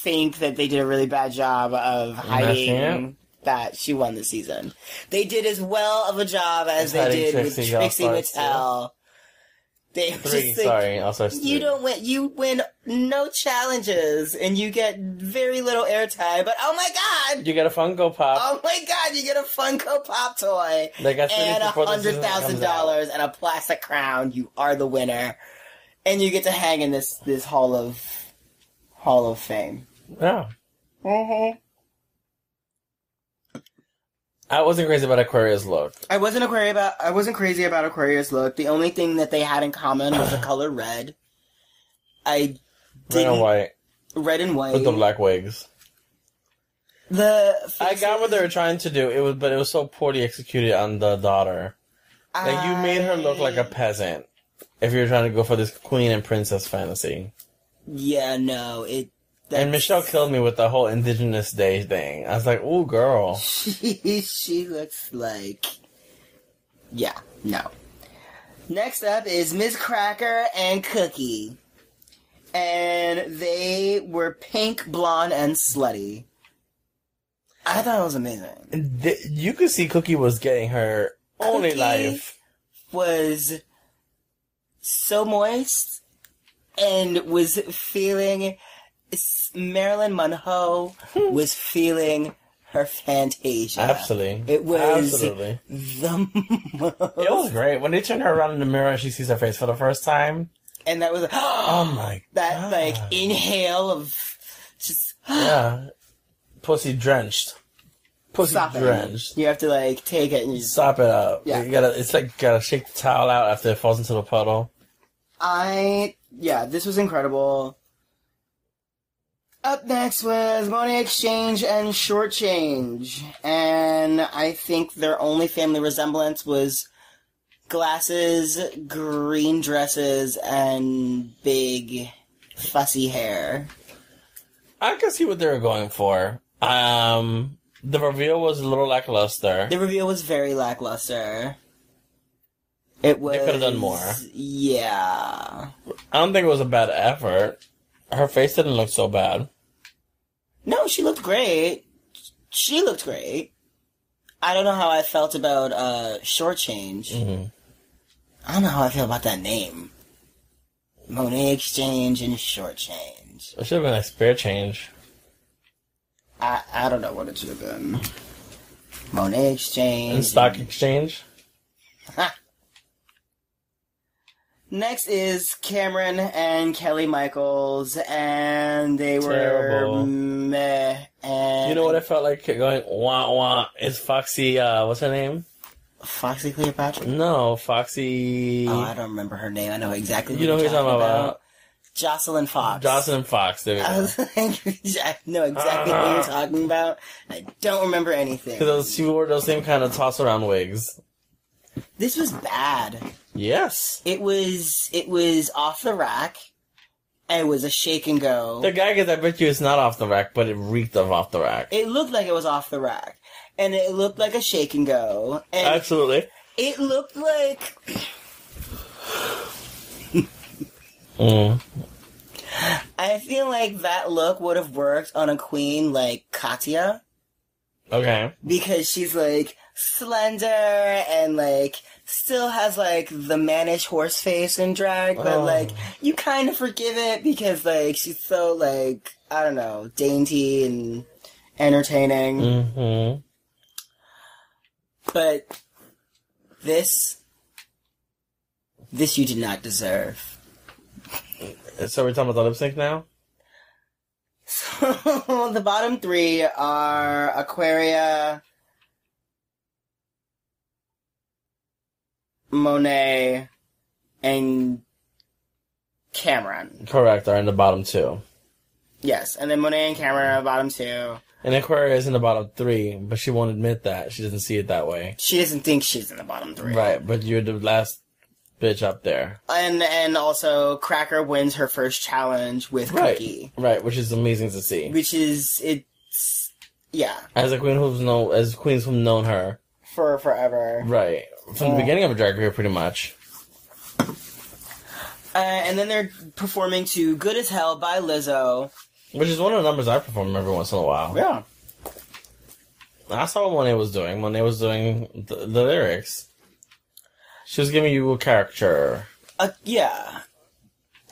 [SPEAKER 1] think that they did a really bad job of
[SPEAKER 2] it?
[SPEAKER 1] hiding that she won this season. They did as well of a job as they
[SPEAKER 2] Hiding
[SPEAKER 1] did with
[SPEAKER 2] Trixie
[SPEAKER 1] Trixie
[SPEAKER 2] Allstars, yeah.
[SPEAKER 1] Mattel. They were
[SPEAKER 2] Three,
[SPEAKER 1] just like,
[SPEAKER 2] sorry, also three.
[SPEAKER 1] you don't win. You win no challenges, and you get very little airtime. But oh my god!
[SPEAKER 2] You get a Funko Pop.
[SPEAKER 1] Oh my god! You get a Funko Pop toy
[SPEAKER 2] they got finished
[SPEAKER 1] and a
[SPEAKER 2] before the season
[SPEAKER 1] hundred thousand
[SPEAKER 2] comes out.
[SPEAKER 1] dollars and a plastic crown. You are the winner, and you get to hang in this this hall of hall of fame.
[SPEAKER 2] Yeah.
[SPEAKER 1] Mm-hmm.
[SPEAKER 2] I wasn't crazy about Aquarius look.
[SPEAKER 1] I wasn't Aquarius about I wasn't crazy about Aquarius look. The only thing that they had in common was the color red. I
[SPEAKER 2] Red and
[SPEAKER 1] Didn't-
[SPEAKER 2] white
[SPEAKER 1] red and white.
[SPEAKER 2] with the black wigs.
[SPEAKER 1] The
[SPEAKER 2] I got what they
[SPEAKER 1] faces-
[SPEAKER 2] were trying to do. It was, but it was so poorly executed on the daughter. Like you made her look like a
[SPEAKER 1] I-
[SPEAKER 2] peasant. If you're trying to go for this queen and princess fantasy,
[SPEAKER 1] Ah, Yeah, no, it.
[SPEAKER 2] and Michelle killed me with the whole Indigenous Day thing. I was like, "Ooh, girl,
[SPEAKER 1] She, she looks like. Yeah, no. Next up is Ms. Cracker and Cookie. And they were pink, blonde, and slutty. I thought it was amazing.
[SPEAKER 2] Th- you could see Cookie was getting her only
[SPEAKER 1] Cookie?
[SPEAKER 2] life."
[SPEAKER 1] Was so moist and was feeling. Marilyn Monroe was feeling her fantasia.
[SPEAKER 2] Absolutely,
[SPEAKER 1] It was-
[SPEAKER 2] absolutely.
[SPEAKER 1] The most.
[SPEAKER 2] It was great when they turned her around in the mirror. and She sees her face for the first time.
[SPEAKER 1] and that was like,
[SPEAKER 2] Oh my!
[SPEAKER 1] that
[SPEAKER 2] God.
[SPEAKER 1] like inhale of just
[SPEAKER 2] yeah, pussy drenched, pussy
[SPEAKER 1] stop
[SPEAKER 2] drenched.
[SPEAKER 1] it. You have to like take it and you just.
[SPEAKER 2] Stop it up.
[SPEAKER 1] Yeah.
[SPEAKER 2] You gotta. It's like gotta shake the towel out after it falls into the puddle.
[SPEAKER 1] I yeah, this was incredible. Up next was Money Exchange and Short Change, and I think their only family resemblance was glasses, green dresses, and big fussy hair.
[SPEAKER 2] I can see what they were going for. Um, the reveal was a little lackluster.
[SPEAKER 1] The reveal was very lackluster. It was.
[SPEAKER 2] could've done more.
[SPEAKER 1] Yeah.
[SPEAKER 2] I don't think it was a bad effort. Her face didn't look so bad.
[SPEAKER 1] No, she looked great. She looked great. I don't know how I felt about uh, Short Change.
[SPEAKER 2] Mm-hmm.
[SPEAKER 1] I don't know how I feel about that name. Monet Exchange and Short Change.
[SPEAKER 2] It should have been a spare change.
[SPEAKER 1] I, I don't know what it should have been. Monet Exchange.
[SPEAKER 2] And stock exchange.
[SPEAKER 1] Next is Cameron and Kelly Michaels, and they were
[SPEAKER 2] Terrible.
[SPEAKER 1] meh. And
[SPEAKER 2] You know what it felt like? Going wah wah. It's Foxy. Uh, what's her name?
[SPEAKER 1] Foxy Cleopatra.
[SPEAKER 2] No, Foxy.
[SPEAKER 1] Oh, I don't remember her name. I know exactly.
[SPEAKER 2] you know who
[SPEAKER 1] what
[SPEAKER 2] you're
[SPEAKER 1] you're
[SPEAKER 2] talking about.
[SPEAKER 1] Jocelyn Fox.
[SPEAKER 2] Jocelyn Fox. There we
[SPEAKER 1] I
[SPEAKER 2] go.
[SPEAKER 1] was like, I know exactly what you're talking about. I don't remember anything.
[SPEAKER 2] Because she wore those same kind of toss around wigs.
[SPEAKER 1] This was bad.
[SPEAKER 2] Yes.
[SPEAKER 1] It was it was off the rack. It was a shake and go.
[SPEAKER 2] The gag is, I bet you it's not off the rack, but it reeked of off the rack.
[SPEAKER 1] It looked like it was off the rack, and it looked like a shake and go, and
[SPEAKER 2] Absolutely.
[SPEAKER 1] it looked like
[SPEAKER 2] Mm.
[SPEAKER 1] I feel like that look would have worked on a queen like Katya
[SPEAKER 2] Okay.
[SPEAKER 1] because she's like slender and like still has like the mannish horse face in drag, but
[SPEAKER 2] Oh.
[SPEAKER 1] like you kind of forgive it because like she's so like I don't know dainty and entertaining,
[SPEAKER 2] hmm
[SPEAKER 1] but this this you did not deserve.
[SPEAKER 2] So we're talking about the lip sync now?
[SPEAKER 1] So the bottom three are Aquaria, Monet, and Cameron.
[SPEAKER 2] Correct, are in the bottom two.
[SPEAKER 1] Yes, and then Monet and Cameron are the bottom two.
[SPEAKER 2] And Aquaria is in the bottom three, but she won't admit that. She doesn't see it that way.
[SPEAKER 1] She doesn't think she's in the bottom three.
[SPEAKER 2] Right, but you're the last bitch up there.
[SPEAKER 1] And and also Cracker wins her first challenge with
[SPEAKER 2] Right.
[SPEAKER 1] Cookie.
[SPEAKER 2] Right, which is amazing to see.
[SPEAKER 1] Which is it's yeah.
[SPEAKER 2] As a queen who's known, as queens who've known her,
[SPEAKER 1] for forever.
[SPEAKER 2] Right. From the
[SPEAKER 1] Yeah.
[SPEAKER 2] beginning of Drag Race, pretty much.
[SPEAKER 1] Uh, and then they're performing to "Good as Hell" by Lizzo.
[SPEAKER 2] Which is one of the numbers I perform every once in a while.
[SPEAKER 1] Yeah.
[SPEAKER 2] I saw what Monet was doing. Monet was doing the, the lyrics. She was giving you a character.
[SPEAKER 1] Uh, yeah.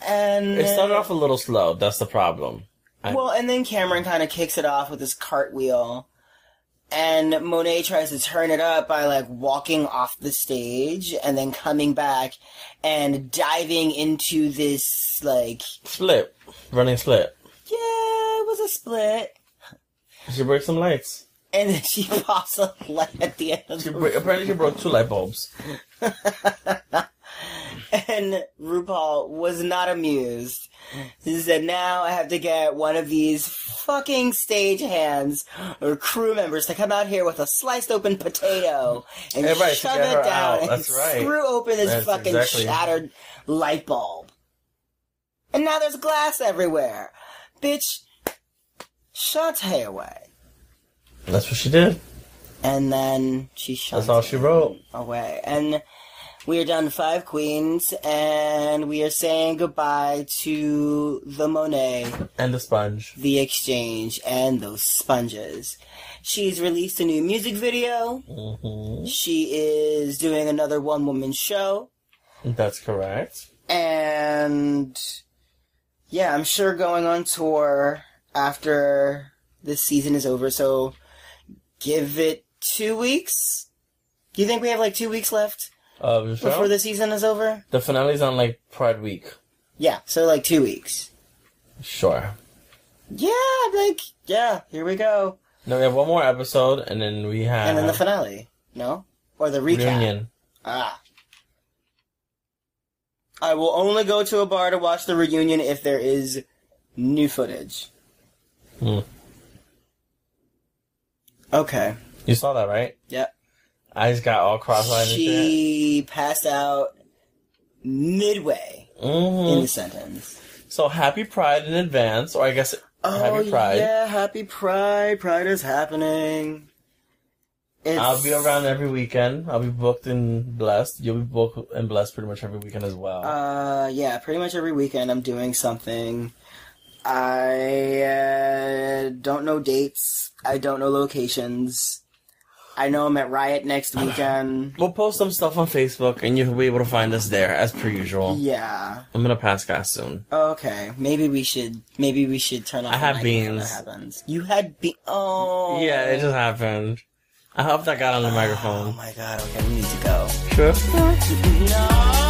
[SPEAKER 1] And
[SPEAKER 2] It started off a little slow. That's the problem. I-
[SPEAKER 1] well, and then Cameron kind of kicks it off with his cartwheel, and Monet tries to turn it up by like walking off the stage and then coming back and diving into this like
[SPEAKER 2] Slip. Running slip.
[SPEAKER 1] yeah, it was a split.
[SPEAKER 2] She broke some lights.
[SPEAKER 1] And then she pops a light at the end of
[SPEAKER 2] She
[SPEAKER 1] the
[SPEAKER 2] bro- apparently she broke two light bulbs.
[SPEAKER 1] And RuPaul was not amused. He said, now I have to get one of these fucking stagehands or crew members to come out here with a sliced open potato and
[SPEAKER 2] Yeah, right, to
[SPEAKER 1] shove
[SPEAKER 2] get her
[SPEAKER 1] it down
[SPEAKER 2] out.
[SPEAKER 1] and
[SPEAKER 2] That's right.
[SPEAKER 1] screw open this
[SPEAKER 2] That's
[SPEAKER 1] fucking
[SPEAKER 2] exactly-
[SPEAKER 1] shattered light bulb. And now there's glass everywhere. Bitch, shut her away.
[SPEAKER 2] That's what she did.
[SPEAKER 1] And then she shut
[SPEAKER 2] That's all she wrote.
[SPEAKER 1] away. And we are down to five queens, and we are saying goodbye to the Monet,
[SPEAKER 2] And the sponge.
[SPEAKER 1] the exchange, and those sponges. She's released a new music video.
[SPEAKER 2] hmm
[SPEAKER 1] She is doing another one woman show.
[SPEAKER 2] That's correct.
[SPEAKER 1] And yeah, I'm sure going on tour after this season is over, so give it two weeks. Do you think we have like two weeks left
[SPEAKER 2] Um,
[SPEAKER 1] before
[SPEAKER 2] the-,
[SPEAKER 1] the season is over?
[SPEAKER 2] the finale's on like Pride Week.
[SPEAKER 1] Yeah, so like two weeks.
[SPEAKER 2] Sure.
[SPEAKER 1] Yeah, I'm like yeah, here we go,
[SPEAKER 2] No, we have one more episode, and then we have
[SPEAKER 1] and then the finale. No, or the recap.
[SPEAKER 2] Uh-huh. reunion.
[SPEAKER 1] Ah. I will only go to a bar to watch the reunion if there is new footage.
[SPEAKER 2] Hmm.
[SPEAKER 1] Okay.
[SPEAKER 2] You saw that, right?
[SPEAKER 1] Yep.
[SPEAKER 2] I just got all cross-eyed and shit.
[SPEAKER 1] She passed out midway in
[SPEAKER 2] hmm
[SPEAKER 1] the sentence.
[SPEAKER 2] So happy Pride in advance, or I guess
[SPEAKER 1] Oh,
[SPEAKER 2] happy Pride.
[SPEAKER 1] yeah, happy pride. Pride is happening. It's-
[SPEAKER 2] I'll be around every weekend. I'll be booked and blessed. You'll be booked and blessed pretty much every weekend as well.
[SPEAKER 1] Uh, yeah, pretty much every weekend I'm doing something. I uh, don't know dates. I don't know locations. I know I'm at Riot next weekend.
[SPEAKER 2] we'll post some stuff on Facebook, and you'll be able to find us there as per usual.
[SPEAKER 1] Yeah.
[SPEAKER 2] I'm gonna pass gas soon.
[SPEAKER 1] Okay. Maybe we should. Maybe we should turn off.
[SPEAKER 2] I
[SPEAKER 1] the
[SPEAKER 2] had
[SPEAKER 1] mic before
[SPEAKER 2] beans.
[SPEAKER 1] That happens. You had be. Oh.
[SPEAKER 2] Yeah, it just happened. I hope that got on the
[SPEAKER 1] Oh
[SPEAKER 2] microphone.
[SPEAKER 1] my Oh, god. Okay, we need to go.
[SPEAKER 2] Sure.
[SPEAKER 1] No.
[SPEAKER 2] Hmm.